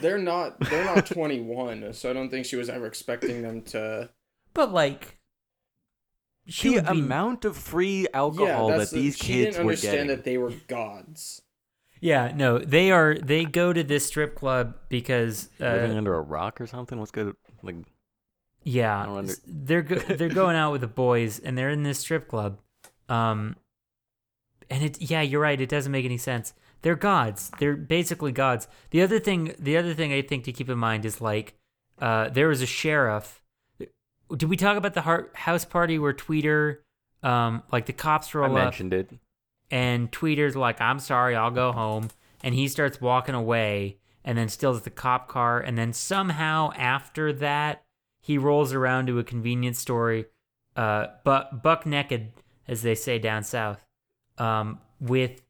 They're not. They're not 21, so I don't think she was ever expecting them to. but like, she the would be- amount of free alcohol yeah, that that's the- these she kids didn't were understand getting. that they were gods. Yeah, no, they are. They go to this strip club because, Living uh, under a rock or something? What's good? Like, I yeah, don't under- s- they're go- they're going out with the boys, and they're in this strip club. Um, and it, yeah, you're right. It doesn't make any sense. They're gods. They're basically gods. The other thing, the other thing I think to keep in mind is like, uh, there was a sheriff. Did we talk about the har house party where Tweeter, um, like the cops I roll up? mentioned it. and Tweeter's like, I'm sorry, I'll go home. And he starts walking away and then steals the cop car. And then somehow after that, he rolls around to a convenience store, uh, but buck naked, as they say down south, um, with,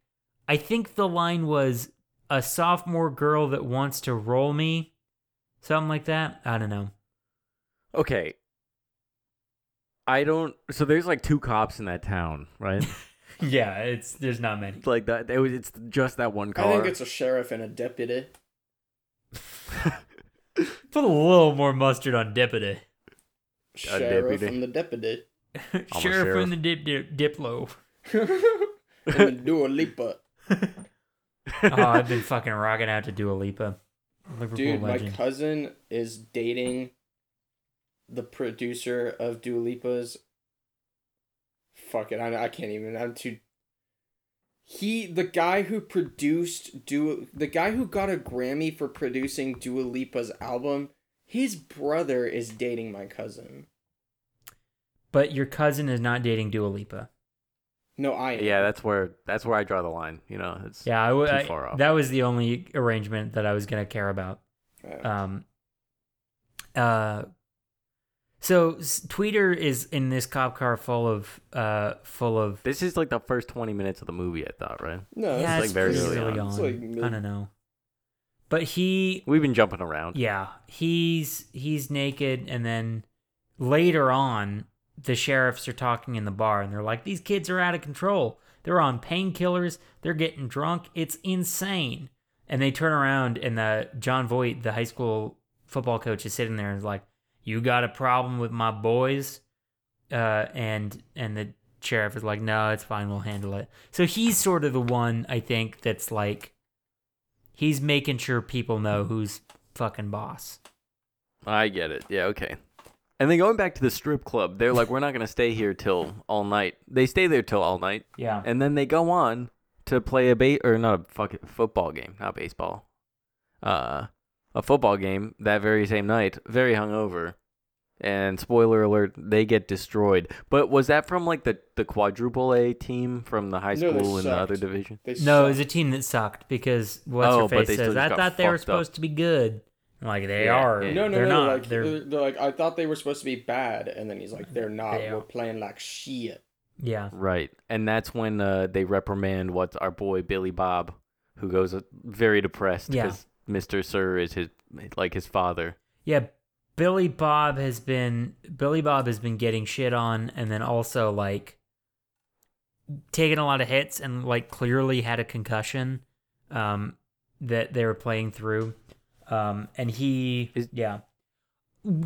I think the line was, a sophomore girl that wants to roll me, something like that. I don't know. Okay. I don't. So there's like two cops in that town, right? Yeah, it's there's not many. like that. It was, it's just that one car. I think it's a sheriff and a deputy. Put a little more mustard on deputy. Sheriff deputy. and the deputy. sheriff, sheriff. in the dip, dip diplo. and the Dua Lipa. oh, I've been fucking rocking out to Dua Lipa. Liverpool Dude, my legend. cousin is dating the producer of Dua Lipa's. Fuck it, I, I can't even. I'm too. He, the guy who produced Dua, the guy who got a Grammy for producing Dua Lipa's album, his brother is dating my cousin. But your cousin is not dating Dua Lipa. No, I am. yeah, that's where that's where I draw the line. You know, it's Yeah, I, w- Too I- far off. that was the only arrangement that I was gonna care about. Uh, Um, uh, so s- Tweeter is in this cop car full of uh full of This is like the first 20 minutes of the movie, I thought, right? no, yeah, like it's very pretty early early on. on. It's like mid- I don't know. But he We've been jumping around. Yeah, he's he's naked, and then later on, the sheriffs are talking in the bar, and they're like, "These kids are out of control. They're on painkillers. They're getting drunk. It's insane." And they turn around, and the John Voight, the high school football coach, is sitting there and is like, "You got a problem with my boys?" Uh, and and the sheriff is like, "No, it's fine. We'll handle it." So he's sort of the one I think that's like, he's making sure people know who's fucking boss. I get it. Yeah, okay. And then going back to the strip club, they're like, we're not going to stay here till all night. They stay there till all night. Yeah. And then they go on to play a bait or not a fucking football game, not baseball. Uh, a football game that very same night, very hungover. And spoiler alert, they get destroyed. But was that from like the, the quadruple A team from the high No, school they and the other sucked. division? They No, suck. it was a team that sucked because what's Oh, her but they face still says just I got thought they were fucked up. supposed to be good. I'm like they Yeah, are. yeah. No, no, they're no. not. like, they're, they're... they're like, I thought they were supposed to be bad, and then he's like, they're not. They are. We're playing like shit. yeah. Right. And that's when uh, they reprimand what our boy Billy Bob, who goes uh, very depressed Yeah. because Mr. Sir is his like his father. Yeah, Billy Bob has been Billy Bob has been getting shit on and then also like taking a lot of hits and like clearly had a concussion um that they were playing through. Um and he Is- yeah.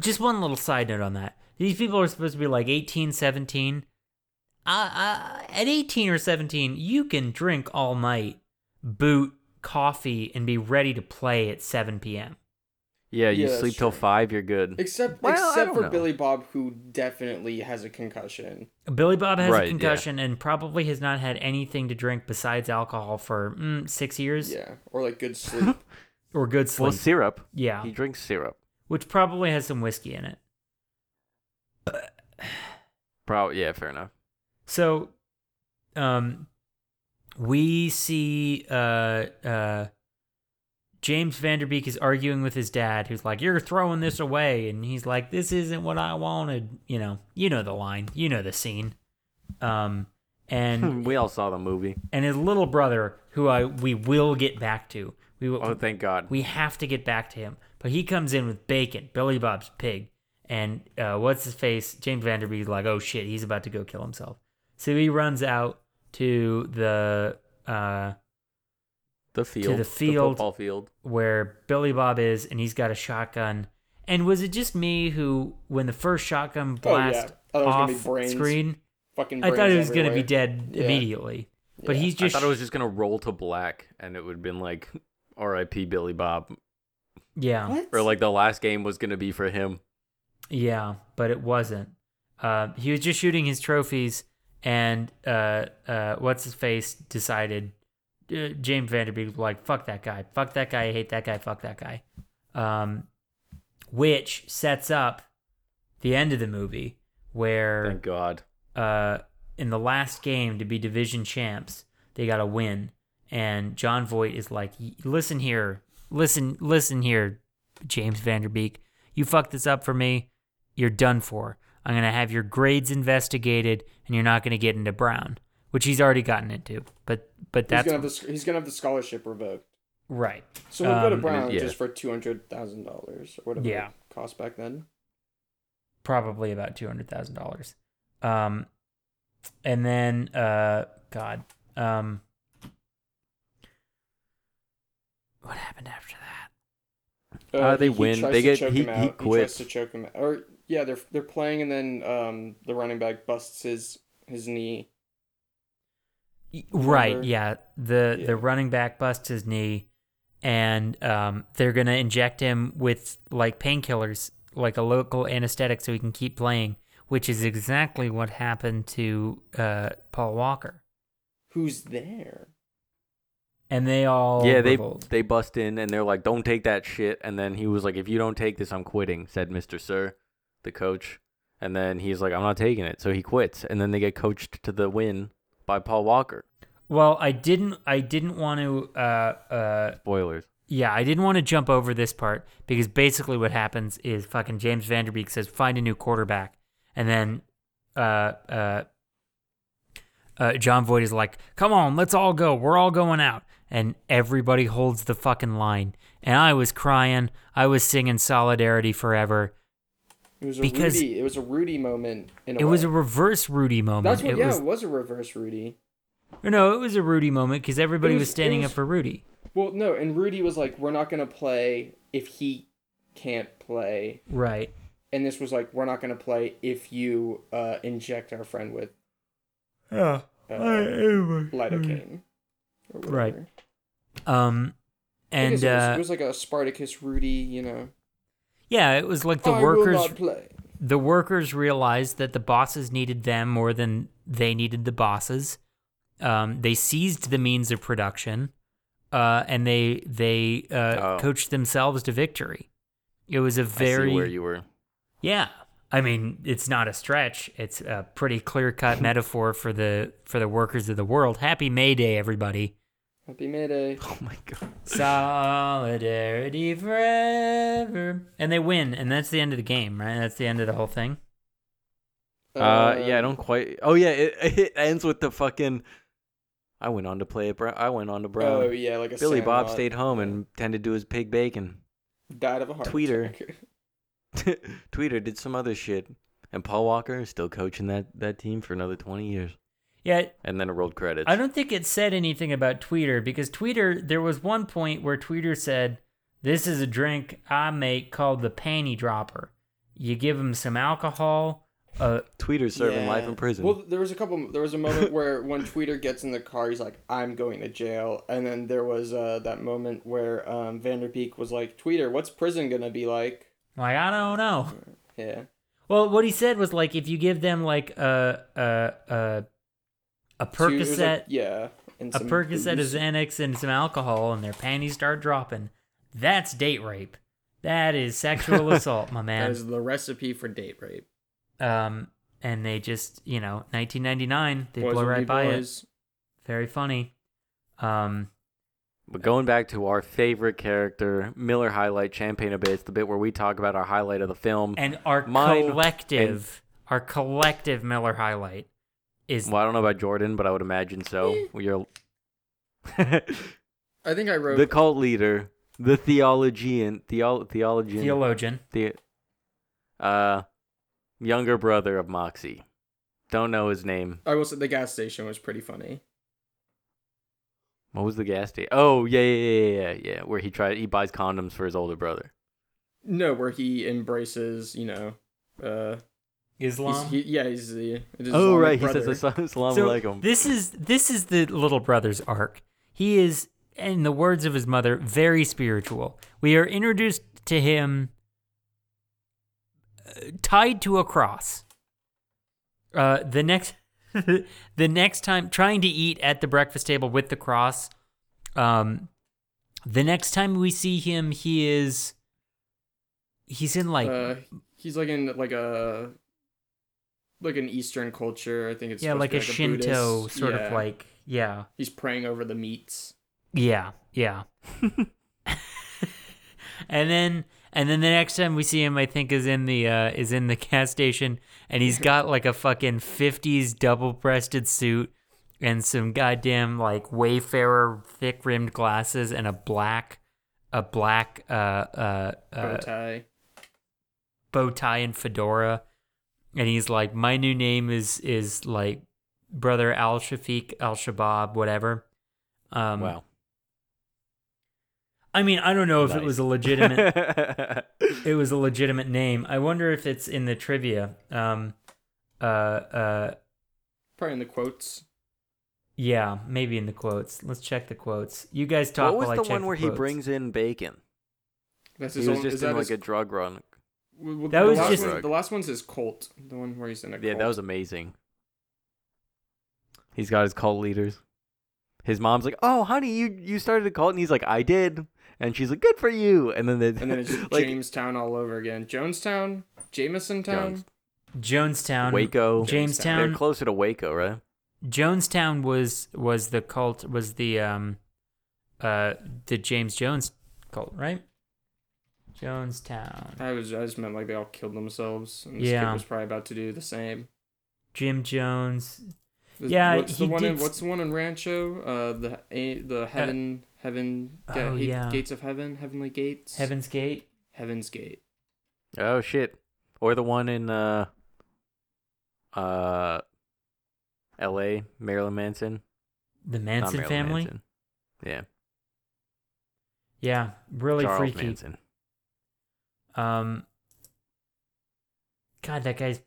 Just one little side note on that. These people are supposed to be like 18, 17. Uh, uh, at 18 or 17, you can drink all night, boot coffee, and be ready to play at 7 p.m. Yeah, you Yeah, that's sleep till true. five, you're good. Except Well, I except don't for know. Billy Bob, who definitely has a concussion. Billy Bob has Right, a yeah. concussion and probably has not had anything to drink besides alcohol for mm, six years Yeah, or like good sleep. or good well, sleep. syrup. yeah, He drinks syrup. which probably has some whiskey in it. Probably. Yeah, fair enough. So, um, we see uh uh James Vanderbeek is arguing with his dad, who's like, "You're throwing this away," and he's like, "This isn't what I wanted." You know, you know the line, you know the scene. Um, and Hmm, we all saw the movie. and his little brother, who I we will get back to, we will, Oh, thank God. we have to get back to him. But he comes in with bacon, Billy Bob's pig, and uh, what's his face? James Vanderbeek's like, oh shit, he's about to go kill himself. So he runs out to the uh, the field. the field. football field. where Billy Bob is, and he's got a shotgun. And was it just me who, when the first shotgun Oh, yeah. blast I thought it was gonna be off brains screen, Fucking. I thought brains he was going to be everywhere. dead Yeah. immediately. But Yeah. he's I just thought it was just gonna roll to black, and it would have been like R.I.P. Billy Bob, yeah. What? or like the last game was gonna be for him. Yeah, but it wasn't. Uh, he was just shooting his trophies, and uh, uh, what's his face decided. Uh, James Vanderbeek was like, fuck that guy, fuck that guy, I hate that guy, fuck that guy. Um, which sets up the end of the movie where Thank God. uh, in the last game to be division champs, they got to win. And John Voight is like, "Y- listen here, listen, listen here, James Vanderbeek. You fucked this up for me. You're done for. I'm going to have your grades investigated and you're not going to get into Brown, which he's already gotten into. But, but He's that's gonna, have the, sc- he's gonna have the scholarship revoked. right. So we'll go to Um, Brown yeah. just for two hundred thousand dollars or whatever Yeah. it cost back then. probably about two hundred thousand dollars. Um, and then uh, God, um, what happened after that? Uh, they he- he win. tries They to get- choke he- him he out. tries quits. to choke him out. Or yeah, they're they're playing, and then um the running back busts his his knee. Right, Remember? yeah. The Yeah. the running back busts his knee, and um, they're gonna inject him with like painkillers, like a local anesthetic, so he can keep playing. Which is exactly what happened to uh, Paul Walker. Who's there? And they all yeah, they revolt. they bust in and they're like, "Don't take that shit." And then he was like, "If you don't take this, I'm quitting," said Mister Sir, the coach. And then he's like, "I'm not taking it," so he quits. And then they get coached to the win by Paul Walker. Well, I didn't. I didn't want to. Uh, uh, Spoilers. Yeah, I didn't want to jump over this part because basically what happens is fucking James Vanderbeek says find a new quarterback, and then uh, uh, uh, John Voight is like, "Come on, let's all go. We're all going out." And everybody holds the fucking line. And I was crying. I was singing "Solidarity Forever." It was a Because- Rudy. It was a Rudy moment. In a It was a way. reverse Rudy moment. That's what. it yeah, was, it was a reverse Rudy. no, it was a Rudy moment because everybody It was, was- it standing was- up for Rudy. Well, no, and Rudy was like, "We're not gonna play if he can't play," Right. and this was like, "We're not gonna play if you uh inject our friend with Yeah. uh, lidocaine." or Right. whatever. Um, I guess and it was, uh, it was like a Spartacus Rudy, you know. yeah, it was like the Oh, I workers. will not play. the workers realized that the bosses needed them more than they needed the bosses. Um, they seized the means of production, uh, and they they uh, Oh. coached themselves to victory. It was a I very see where you were. yeah. I mean, it's not a stretch. It's a pretty clear cut metaphor for the for the workers of the world. Happy May Day, everybody! Happy Mayday. Oh my God. Solidarity forever, and they win, and that's the end of the game, right? That's the end of the whole thing. Uh, yeah, I Um, don't quite. Oh yeah, it, it ends with the fucking. I went on to play at Brown. I went on to Brown. Oh yeah, like a Billy Bob Sandlot. stayed home and tended to his pig bacon. died of a heart Tweeter. attack. Tweeter did some other shit, and Paul Walker is still coaching that that team for another twenty years. Yeah, And then it rolled credits. I don't think it said anything about Tweeter because Tweeter, there was one point where Tweeter said, This is a drink I make called the panty dropper. You give him some alcohol. Uh, Tweeter serving Yeah. life in prison. Well, there was a couple. There was a moment where when Tweeter gets in the car, he's like, "I'm going to jail," and then there was uh, that moment where um, Vanderbeek was like, "Tweeter, what's prison gonna be like?" like, I don't know. Yeah, Well, what he said was like, if you give them like a, a, a, a So it was Percocet, like- yeah, and a some Percocet, a booze. Xanax, and some alcohol, and their panties start dropping, that's date rape. That is sexual assault, my man. That is the recipe for date rape. Um, and they just, you know, 1999, they blow will right be by it. boys. Very funny. Um, But going back to our favorite character, Miller highlight, champagne a bit, the bit where we talk about our highlight of the film. And our Mine- collective, our collective Miller highlight is well, I don't know about Jordan, but I would imagine so. Eh. You're I think I wrote. the cult leader, the theologian, theol theologian, theologian. the uh, younger brother of Moxie. Don't know his name. I will say the gas station was pretty funny. What was the gas station? Oh yeah, yeah, yeah, yeah, yeah. Where he tried, he buys condoms for his older brother. No, where he embraces, you know, uh, he's, Islam. he, yeah, he's the. the oh Islamic right, brother. he says Islam so alaikum. this is this is the little brother's arc. He is, in the words of his mother, very spiritual. We are introduced to him uh, tied to a cross. Uh, the next, the next time, trying to eat at the breakfast table with the cross. Um, the next time we see him, he is, he's in like uh, he's like in like a like an Eastern culture. I think it's yeah, supposed like to a be Shinto Buddhist- sort of yeah. like yeah. he's praying over the meats. Yeah, yeah. and then and then the next time we see him I think is in the uh is in the gas station and he's got like a fucking 50s double-breasted suit and some goddamn like wayfarer thick-rimmed glasses and a black a black uh uh, bow uh tie. bow tie and fedora and he's like my new name is is like brother al shafiq al shabab whatever um wow. I mean, I don't know if it Nice. was a legitimate. it was a legitimate name. I wonder if it's in the trivia. Um, uh, uh, Probably in the quotes. yeah, maybe in the quotes. Let's check the quotes. You guys talk. what was while I the check one where he quotes. brings in bacon? That's his He was own- just is in like his- a drug run. w- w- That the was last just- one- the last one's his cult. The one where he's in a Yeah, cult. that was amazing. He's got his cult leaders. His mom's like, "Oh, honey, you you started a cult," and he's like, "I did," and she's like, "Good for you." And then they, and then it's just like Jamestown all over again. Jonestown, Jamesontown. Jones- Jonestown, Waco. They're Jamestown. closer to Waco, right? Jonestown was was the cult. Was the um, uh, the James Jones cult, right? Jonestown. I was I just meant like they all killed themselves. And this Yeah. kid was probably about to do the same. Jim Jones. Th- Yeah, what's the he one did in s- what's the one in Rancho? Uh the a, the heaven heaven ga- Oh, he- yeah. gates of heaven, heavenly gates. Heaven's Gate. Heaven's gate. Oh shit! Or the one in uh, uh, L.A. Marilyn Manson. The Not Manson Marilyn family. Manson. Yeah, Yeah, really Charles freaky. Manson. Um, God, that guy's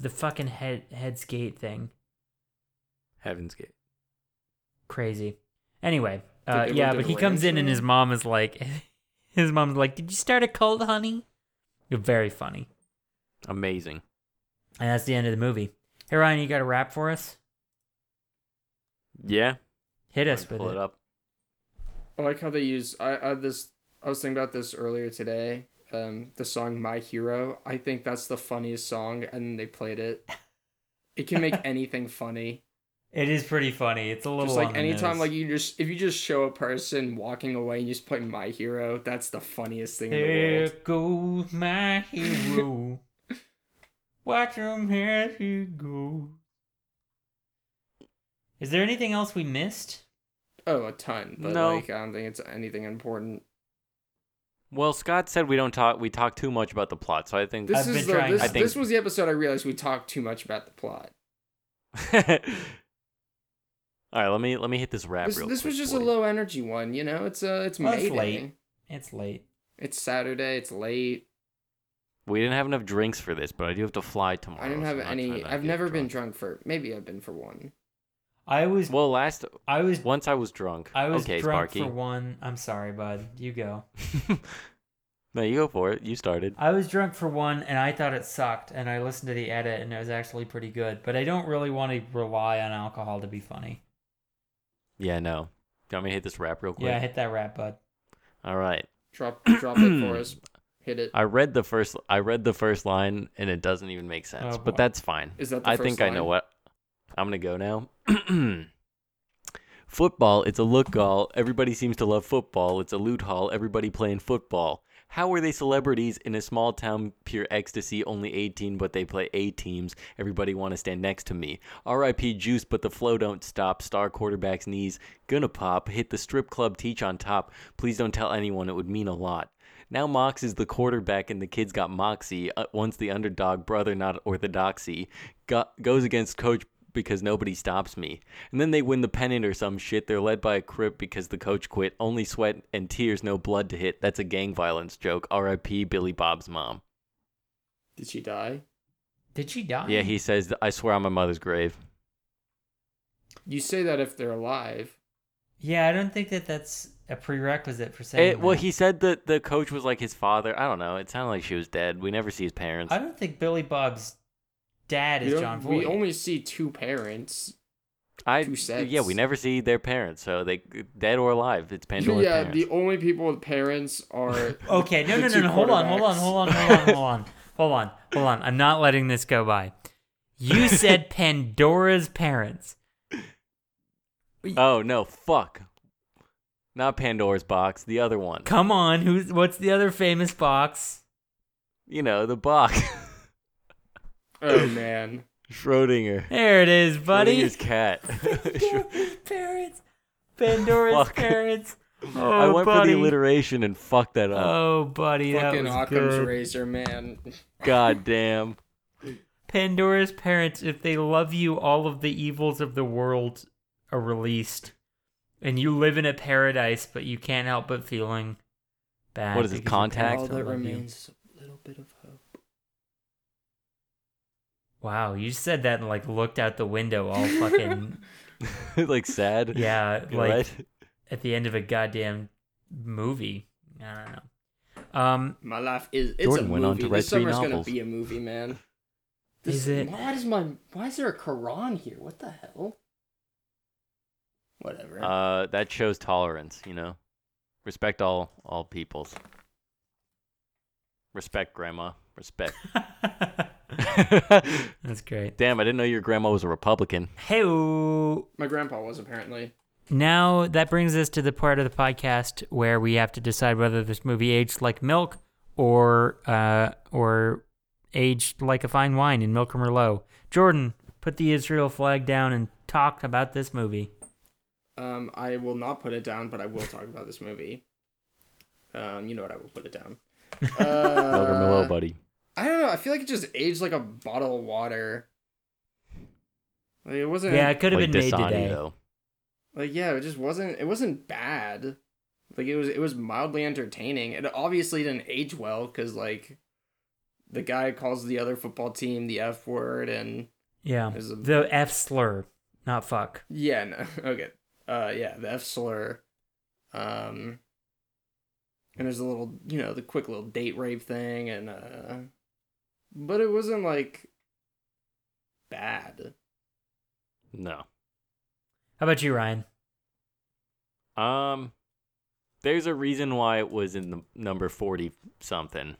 the fucking head head's gate thing, Heaven's Gate. crazy. Anyway, Did uh, they yeah, move but to he the comes in and ranch his then? mom is like, his mom's like, "Did you start a cult, honey?" You're very funny, Amazing. and that's the end of the movie. Hey Ryan, you got a rap for us? Yeah. Hit let us me with pull it. it up. I like how they use I, I this I was thinking about this earlier today. Um the song My Hero. I think that's the funniest song and they played it. It can make anything funny. It is pretty funny. It's a little Just on like the anytime nose. like you just if you just show a person walking away and you just play My Hero, that's the funniest thing in the There world. goes my hero. Watch him as he goes. Is there anything else we missed? Oh, a ton. But No. like I don't think it's anything important. Well, Scott said we don't talk. We talk too much about the plot, so I think This I've been is the, trying this, I think- this was the episode I realized we talked too much about the plot. All right, let me let me hit this wrap This, real this quick. was just for a you. low energy one, you know. It's uh, it's Well, it's May late. Day. It's late. It's Saturday. It's late. We didn't have enough drinks for this, but I do have to fly Oh, tomorrow. I didn't so have I'm not trying any. to I've get never been drunk for. Maybe I've been for one. I was Well, last I was once I was drunk. I was okay, drunk Sparky. for one. I'm sorry, bud. You go. no, you go for it. You started. I was drunk for one, and I thought it sucked. And I listened to the edit, and it was actually pretty good. But I don't really want to rely on alcohol to be funny. Yeah, no. Do you want me to hit this wrap real quick? Yeah, hit that rap, bud. All right. Drop drop it for us. Hit it. I read the first. I read the first line, and it doesn't even make sense. Oh, but boy. that's fine. Is that the I first think I know line? what. I'm gonna go now. Football, it's a look all. Everybody seems to love football. It's a loot hall. Everybody playing football. How are they celebrities in a small town pure ecstasy, only 18, but they play A teams? Everybody want to stand next to me. RIP juice, but the flow don't stop. Star quarterback's knees gonna pop. Hit the strip club, teach on top. Please don't tell anyone, it would mean a lot. Now Mox is the quarterback, and the kids got Moxie. Uh, once the underdog brother, not orthodoxy, go- goes against coach because nobody stops me. And then they win the pennant or some shit. They're led by a crip because the coach quit. Only sweat and tears, no blood to hit. That's a gang violence joke. R.I.P. Billy Bob's mom. Did she die? Did she die? Yeah, he says, "I swear on my mother's grave." You say that if they're alive. Yeah, I don't think that that's a prerequisite for saying. It, Eh, well, that. he said that the coach was like his father. I don't know. It sounded like she was dead. We never see his parents. I don't think Billy Bob's dad We is don't- John Voight. we only see two parents. I two sets. yeah, we never see their parents, so they dead or alive. It's Pandora's yeah, parents. the only people with parents are. Okay, no, the no, no, two no. Hold on, hold on, quarterbacks. hold on, hold on, hold on, hold on, hold on. I'm not letting this go by. You said Pandora's parents. Oh no, fuck. Not Pandora's box, the other one. Come on, who's what's the other famous box? You know, the box. Oh man. Schrodinger. There it is, buddy. Schrodinger's cat. Pandora's parents. Pandora's Fuck. parents. Oh, I went buddy. for the alliteration and fucked that up. Oh, buddy, that Fucking was Occam's good. razor, man. God damn. Pandora's parents, if they love you, all of the evils of the world are released. And you live in a paradise, but you can't help but feeling bad. What is it, because your Contact? parents All don't love you. is a little bit of hope. Wow, you said that and like looked out the window all fucking like sad. yeah, like Right? at the end of a goddamn movie. I don't know. Um My life is. It's Jordan a went movie. on to write this three summer's gonna novels. be a movie, man. Is it- Why does my? Why is there a Quran here? What the hell? Whatever. Uh, that shows tolerance, you know? Respect all all peoples. Respect grandma. Respect. That's great. damn, I didn't know your grandma was a Republican. Hey my grandpa was apparently. Now that brings us to the part of the podcast where we have to decide whether this movie aged like milk or uh, or aged like a fine wine in Milk or Merlot. Jordan, put the Israel flag down and talk about this movie. Um, I will not put it down, but I will talk about this movie. Um, you know what? I will put it down. Milk or Uh, Merlot, buddy. I don't know. I feel like it just aged like a bottle of water. Like, it wasn't. Yeah, it could have Like been made Dasani, today. though. Like yeah, it just wasn't. It wasn't bad. Like it was. It was mildly entertaining. It obviously didn't age well because like, the guy calls the other football team the F word and Yeah, There's a- the F slur, not fuck. yeah no okay uh yeah the F slur, um. And there's a little you know the quick little date rape thing and uh, but it wasn't like bad. No. How about you, Ryan? Um, there's a reason why it was in the number forty something.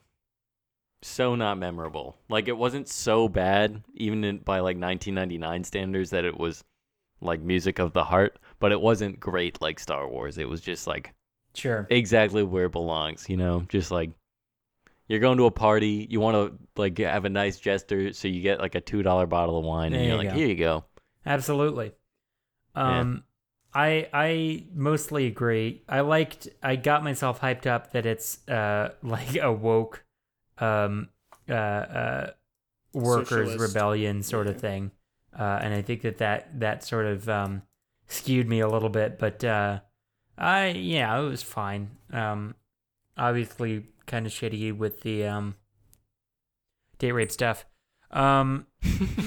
So not memorable. Like it wasn't so bad, even in, by like 1999 standards, that it was like music of the heart. But it wasn't great like Star Wars. It was just like Sure. exactly where it belongs. You know, just like you're going to a party, you want to like have a nice gesture, so you get like a two dollar bottle of wine, There and you're you like, go. here you go. Absolutely. Um I I mostly agree. I liked I got myself hyped up that it's uh like a woke um uh uh workers Socialist. rebellion sort of Yeah. thing. Uh and I think that that that sort of um skewed me a little bit, but uh I yeah, it was fine. Um obviously kind of shitty with the um date rape stuff. Um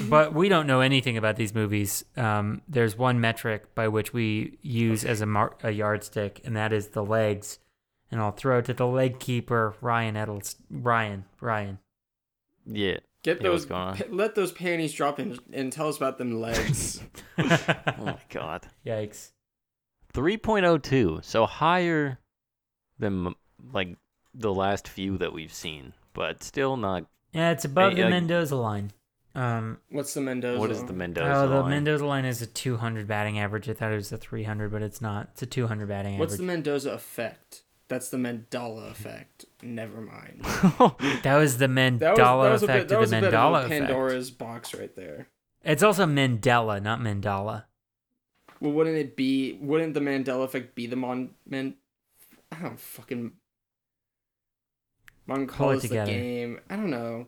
but we don't know anything about these movies. Um, there's one metric by which we use as a, mar- a yardstick, and that is the legs. And I'll throw it to the leg keeper, Ryan Edels. Ryan, Ryan. yeah. Get Yeah, what's those. going on? pa- let those panties drop and and tell us about them legs. Oh my god. Yikes. 3.02 so higher than like the last few that we've seen but still not Yeah, it's above Hey, the uh, Mendoza line. Um, What's the Mendoza? What is the Mendoza? oh, the line? Mendoza line is a 200 batting average. I thought it was a 300, but it's not. It's a 200 batting What's the average. Mendoza effect? That's the Mandala effect. Never mind. that was the Mandela That was, that was a bit, effect that was of a the bit Mandela of a effect. Pandora's box right there. It's also Mandela, not Mandala. Well, wouldn't it be? Wouldn't the Mandela effect be the mon man? I don't fucking. Pull it Moncala's the together. game. I don't know.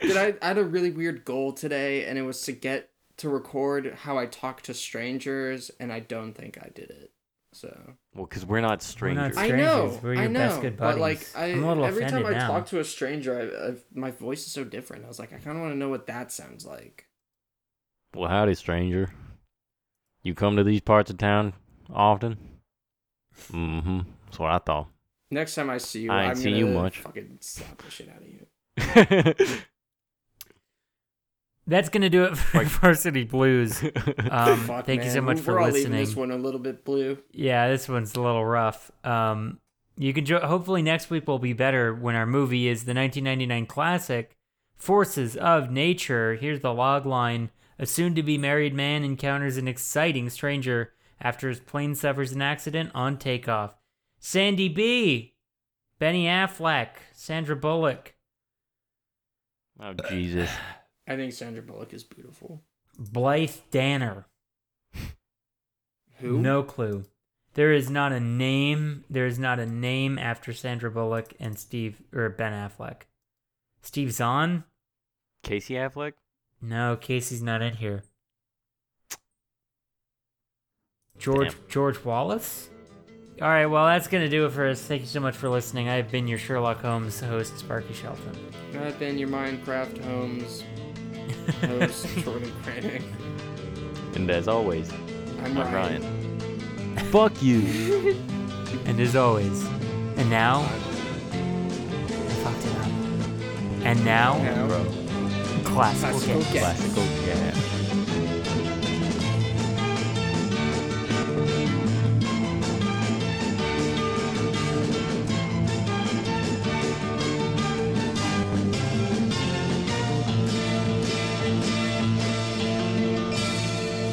Did I? I had a really weird goal today, and it was to get to record how I talk to strangers, and I don't think I did it. So well, because we're not We're not strangers. I Strangers, know. we're I your know. best good but like, buddies. I I'm a little every time I offended now. talk to a stranger, I, I, my voice is so different. I was like, I kind of want to know what that sounds like. Well, howdy, stranger. You come to these parts of town often? Mm-hmm. That's what I thought. Next time I see you, I ain't am see gonna you much. Fucking slap the shit out of you. That's gonna do it for Like- Varsity Blues. Uh, Um, Fuck, thank you so man. much We're for all listening. leaving this one a little bit blue. Yeah, this one's a little rough. Um, you can jo- hopefully next week will be better when our movie is the 1999 classic Forces of Nature. Here's the log line: A soon-to-be married man encounters an exciting stranger after his plane suffers an accident on takeoff. Sandy B, Benny Affleck, Sandra Bullock, oh Jesus! I think Sandra Bullock is beautiful. Blythe Danner. Who? No clue. There is not a name. There is not a name after Sandra Bullock and Steve or Ben Affleck. Steve Zahn? Casey Affleck. No, Casey's not in here. George Damn. George Wallace. All right, well that's gonna do it for us. Thank you so much for listening. I've been your Sherlock Holmes host, Sparky Shelton. I've been your Minecraft Homes host, Jordan Crannick. And as always, I'm I'm Ryan. Ryan. Fuck you. And as always, and now I fucked it up. And now Now, Bro, classical. classical Jazz. jazz. classical jazz.